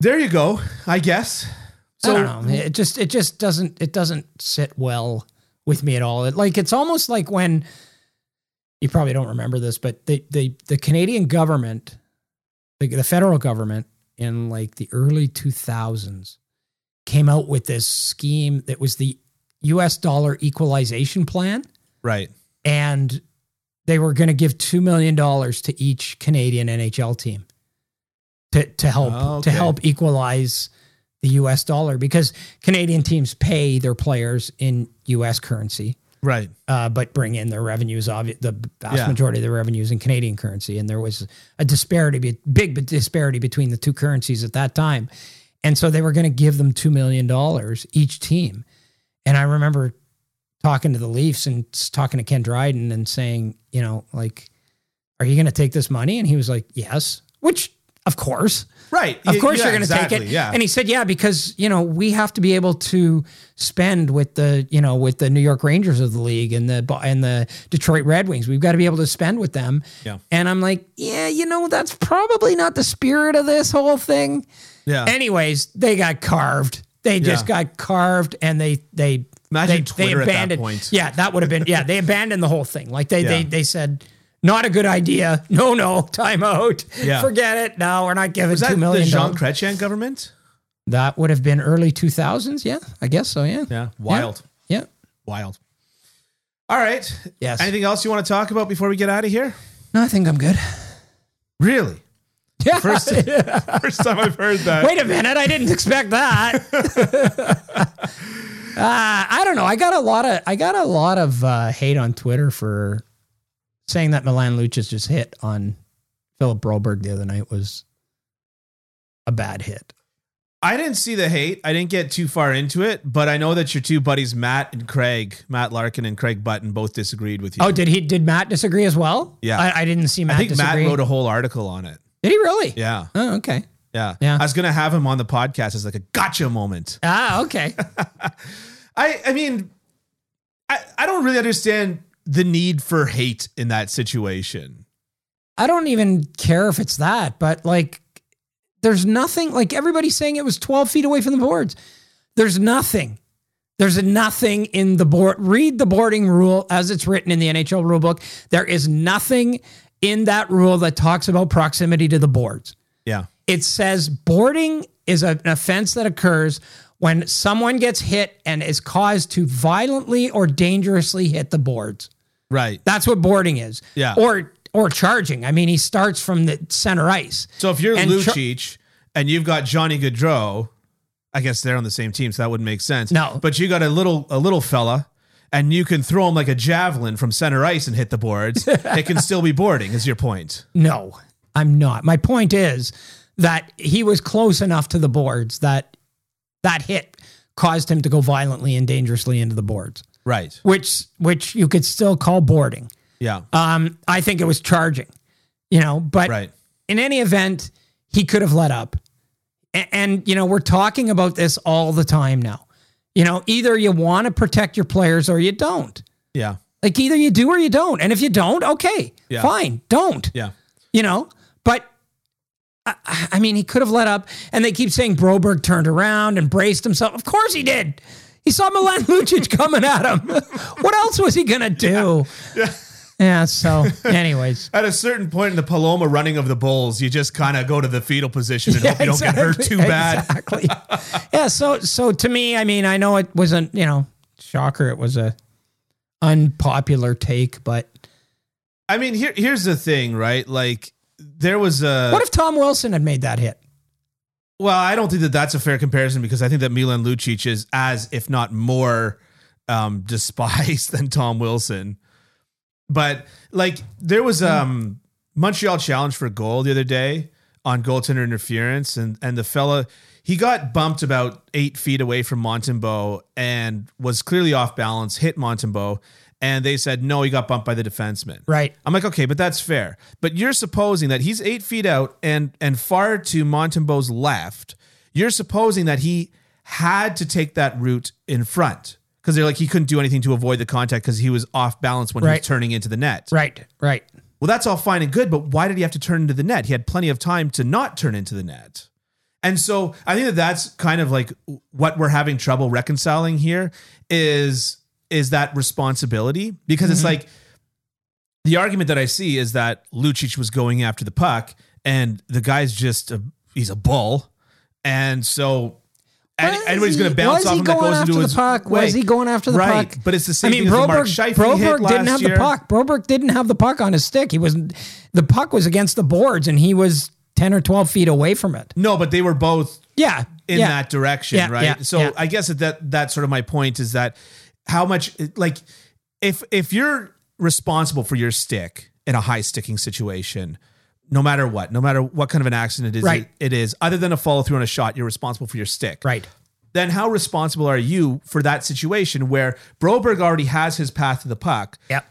A: there you go. I guess. So
B: I don't know. It just it just doesn't it doesn't sit well with me at all. It, like it's almost like when you probably don't remember this, but the the the Canadian government, the, the federal government in like the early two thousands, came out with this scheme that was the U.S. dollar equalization plan,
A: right.
B: and they were going to give two million dollars to each Canadian NHL team to to help
A: Oh,
B: to
A: okay.
B: help equalize the U.S. dollar because Canadian teams pay their players in U.S. currency,
A: Right.
B: uh, but bring in their revenues. Obvi- the vast
A: Yeah.
B: majority of their revenues in Canadian currency, and there was a disparity, be- big disparity between the two currencies at that time, and so they were going to give them two million dollars each team. And I remember talking to the Leafs and s- talking to Ken Dryden and saying, you know, like, are you going to take this money? And he was like, yes, which of course.
A: Right.
B: Of
A: Y-
B: course,
A: yeah,
B: you're going to
A: exactly.
B: take it.
A: Yeah.
B: And he said, "Yeah, because you know we have to be able to spend with the you know with the New York Rangers of the league and the Bo- and the Detroit Red Wings. We've got to be able to spend with them."
A: Yeah.
B: And I'm like, "Yeah, you know that's probably not the spirit of this whole thing."
A: yeah.
B: Anyways, they got carved. They just got carved, and they they
A: Imagine
B: they,
A: Twitter at that
B: abandoned.
A: point.
B: Yeah, that would have been yeah. They abandoned the whole thing. Like they they
A: Yeah.
B: they said. Not a good idea. No, no, timeout.
A: Yeah.
B: Forget it. No, we're not giving
A: Was that
B: two million.
A: the Jean
B: dollars.
A: Chrétien government?
B: That would have been early 2000s. Yeah, I guess so. Yeah.
A: Yeah. Wild.
B: Yeah.
A: Wild. All right.
B: Yes.
A: Anything else you want to talk about before we get out of here?
B: No, I think I'm good.
A: Really?
B: Yeah.
A: First, first time I've heard that.
B: Wait a minute. I didn't expect that. uh, I don't know. I got a lot of I got a lot of uh, hate on Twitter for saying that Milan Lucas just hit on Philip Broberg the other night was a bad hit.
A: I didn't see the hate. I didn't get too far into it, but I know that your two buddies, Matt and Craig, Matt Larkin and Craig Button, both disagreed with you.
B: Oh, did he did Matt disagree as well?
A: Yeah.
B: I, I didn't see Matt
A: I think
B: disagree.
A: Matt wrote a whole article on it.
B: did he really?
A: Yeah.
B: Oh, okay.
A: Yeah.
B: Yeah.
A: I was going to have him on the podcast as like a gotcha moment.
B: Ah, okay.
A: I, I mean, I, I don't really understand the need for hate in that situation.
B: I don't even care if it's that, but like, there's nothing. Like everybody's saying, it was 12 feet away from the boards. There's nothing. There's nothing in the board. Read the boarding rule as it's written in the NHL rule book. There is nothing in that rule that talks about proximity to the boards.
A: Yeah.
B: It says boarding is a- an offense that occurs when someone gets hit and is caused to violently or dangerously hit the boards.
A: Right.
B: That's what boarding is.
A: Yeah.
B: Or or charging. I mean, he starts from the center ice.
A: So if you're
B: And Char-
A: Lucic and you've got Johnny Gaudreau, I guess they're on the same team, so that wouldn't make sense.
B: No.
A: but you got a little a little fella, and you can throw him like a javelin from center ice and hit the boards. it can still be boarding, is your point?
B: No, I'm not. My point is that he was close enough to the boards that that hit caused him to go violently and dangerously into the boards,
A: Right.
B: which which you could still call boarding.
A: Yeah.
B: Um, I think it was charging, you know, but
A: right.
B: in any event, he could have let up. A- And, you know, we're talking about this all the time now. You know, either you want to protect your players or you don't.
A: Yeah.
B: Like either you do or you don't. And if you don't, okay,
A: Yeah.
B: fine, don't.
A: Yeah.
B: You know, but I- I, I mean, he could have let up. And they keep saying Broberg turned around and braced himself. Of course he did. He saw Milan Lucic coming at him. what else was he gonna do? Yeah. so, anyways,
A: At a certain point in the Paloma running of the bulls, you just kind of go to the fetal position and hope you don't get hurt too bad.
B: Exactly. yeah. So, so to me, I mean, I know it wasn't, you know, shocker. It was a unpopular take, but
A: I mean, here here's the thing, right? Like there was a
B: what if Tom Wilson had made that hit?
A: Well, I don't think that that's a fair comparison because I think that Milan Lucic is as, if not more, um, despised than Tom Wilson. But like there
B: Hmm.
A: was um Montreal challenge for goal the other day on goaltender interference, and and the fella he got bumped about eight feet away from Montembeau and was clearly off balance, hit Montembeau, and they said no, he got bumped by the defenseman.
B: Right.
A: I'm like, okay, but that's fair. But you're supposing that he's eight feet out and and far to Montembeau's left. You're supposing that he had to take that route in front because because they're like he couldn't do anything to avoid the contact because he was off balance when he
B: Right.
A: was turning into the net.
B: Right. Right.
A: Well, that's all fine and good, but why did he have to turn into the net? He had plenty of time to not turn into the net. And so I think that that's kind of like what we're having trouble reconciling here is is that responsibility because it's
B: Mm-hmm.
A: like the argument that I see is that Lucic was going after the puck and the guy's just a, he's a bull and so and,
B: Was
A: anybody's going to
B: he-
A: bounce
B: was
A: off
B: he
A: him that
B: going
A: goes into
B: after the
A: his
B: puck?
A: way.
B: Was he going after the
A: right.
B: puck?
A: But it's the same
B: I mean,
A: thing as the Mark
B: Broberg,
A: Scheifele hit
B: Broberg
A: last
B: didn't have
A: year.
B: the puck. Broberg didn't have the puck on his stick. He was the puck was against the boards, and he was ten or twelve feet away from it.
A: No, but they were both
B: Yeah,
A: in
B: yeah.
A: that direction,
B: Yeah,
A: right?
B: yeah,
A: so
B: yeah.
A: I guess that- that that's sort of my point is that how much like if if you're responsible for your stick in a high sticking situation, no matter what, no matter what kind of an accident it is,
B: Right.
A: it is other than a follow through on a shot, you're responsible for your stick,
B: Right.
A: Then how responsible are you for that situation where Broberg already has his path to the puck?
B: Yep.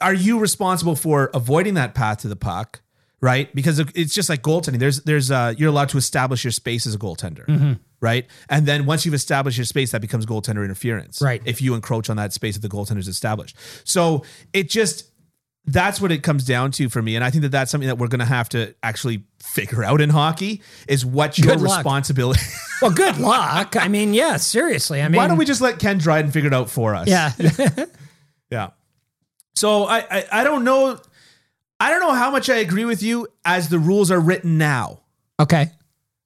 A: are you responsible for avoiding that path to the puck? Right, because it's just like goaltending. There's, there's, uh, you're allowed to establish your space as a goaltender,
B: Mm-hmm.
A: right? And then once you've established your space, that becomes goaltender interference,
B: Right.
A: If you encroach on that space that the goaltender's established, so it just that's what it comes down to for me, and I think that that's something that we're going to have to actually figure out in hockey is what your
B: Good luck.
A: responsibility.
B: Well, good luck. I mean, yeah, seriously. I mean,
A: Why don't we just let Ken Dryden figure it out for us?
B: Yeah,
A: Yeah. So I, I I don't know I don't know how much I agree with you as the rules are written now,
B: okay.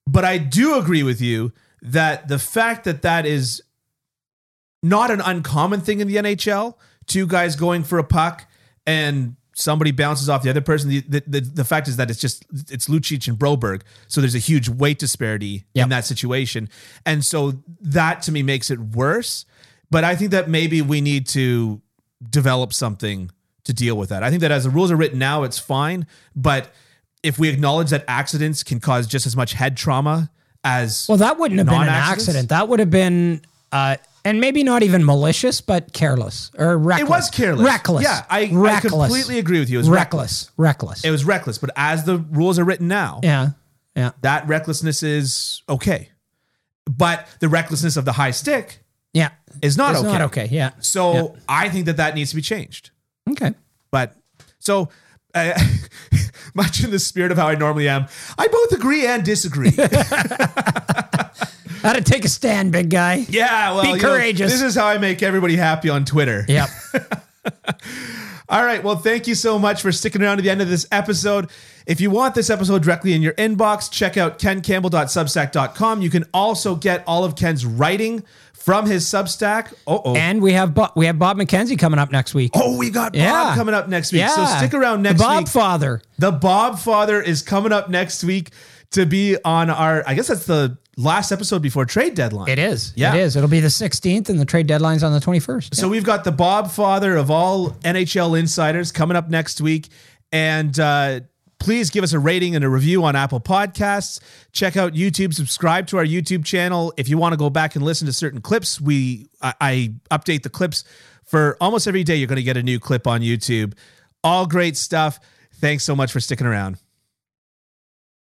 A: but I do agree with you that the fact that that is not an uncommon thing in the NHL, two guys going for a puck and somebody bounces off the other person. The, the, the, the fact is that it's just it's Lucic and Broberg, so there's a huge weight disparity in
B: Yep.
A: that situation, and so that to me makes it worse. But I think that maybe we need to develop something to deal with that. I think that as the rules are written now, it's fine, but if we acknowledge that accidents can cause just as much head trauma as
B: Well, that wouldn't have been an
A: Non-accidents?
B: accident. That would have been, uh, and maybe not even malicious, but careless or reckless.
A: It was careless.
B: Reckless.
A: Yeah, I, I
B: reckless.
A: completely agree with you. It was
B: reckless. Reckless.
A: It was reckless, but as the rules are written now,
B: yeah. Yeah.
A: that recklessness is okay. But the recklessness of the high stick
B: Yeah.
A: is not
B: it's
A: okay.
B: not okay. Yeah.
A: So I think that that needs to be changed.
B: Okay.
A: But so, uh, much in the spirit of how I normally am, I both agree and disagree.
B: Gotta take a stand, big guy.
A: yeah, well,
B: Be
A: you know,
B: courageous.
A: this is how I make everybody happy on Twitter.
B: Yep.
A: All right. Well, thank you so much for sticking around to the end of this episode. If you want this episode directly in your inbox, check out kencampbell.substack.com. You can also get all of Ken's writing from his Substack. Oh, oh.
B: and we have Bob, we have Bob McKenzie coming up next week.
A: Oh, we got Bob
B: Yeah.
A: coming up next week. So stick around next
B: the Bob
A: week.
B: Father.
A: the Bob Father is coming up next week to be on our, I guess that's the last episode before trade deadline.
B: It is.
A: Yeah.
B: It is. It'll be the 16th, and the trade deadline's on the 21st.
A: So we've got the Bob Father of all NHL insiders coming up next week, and uh, please give us a rating and a review on Apple Podcasts. Check out YouTube. Subscribe to our YouTube channel if you want to go back and listen to certain clips. We I, I update the clips for almost every day. You're going to get a new clip on YouTube. All great stuff. Thanks so much for sticking around.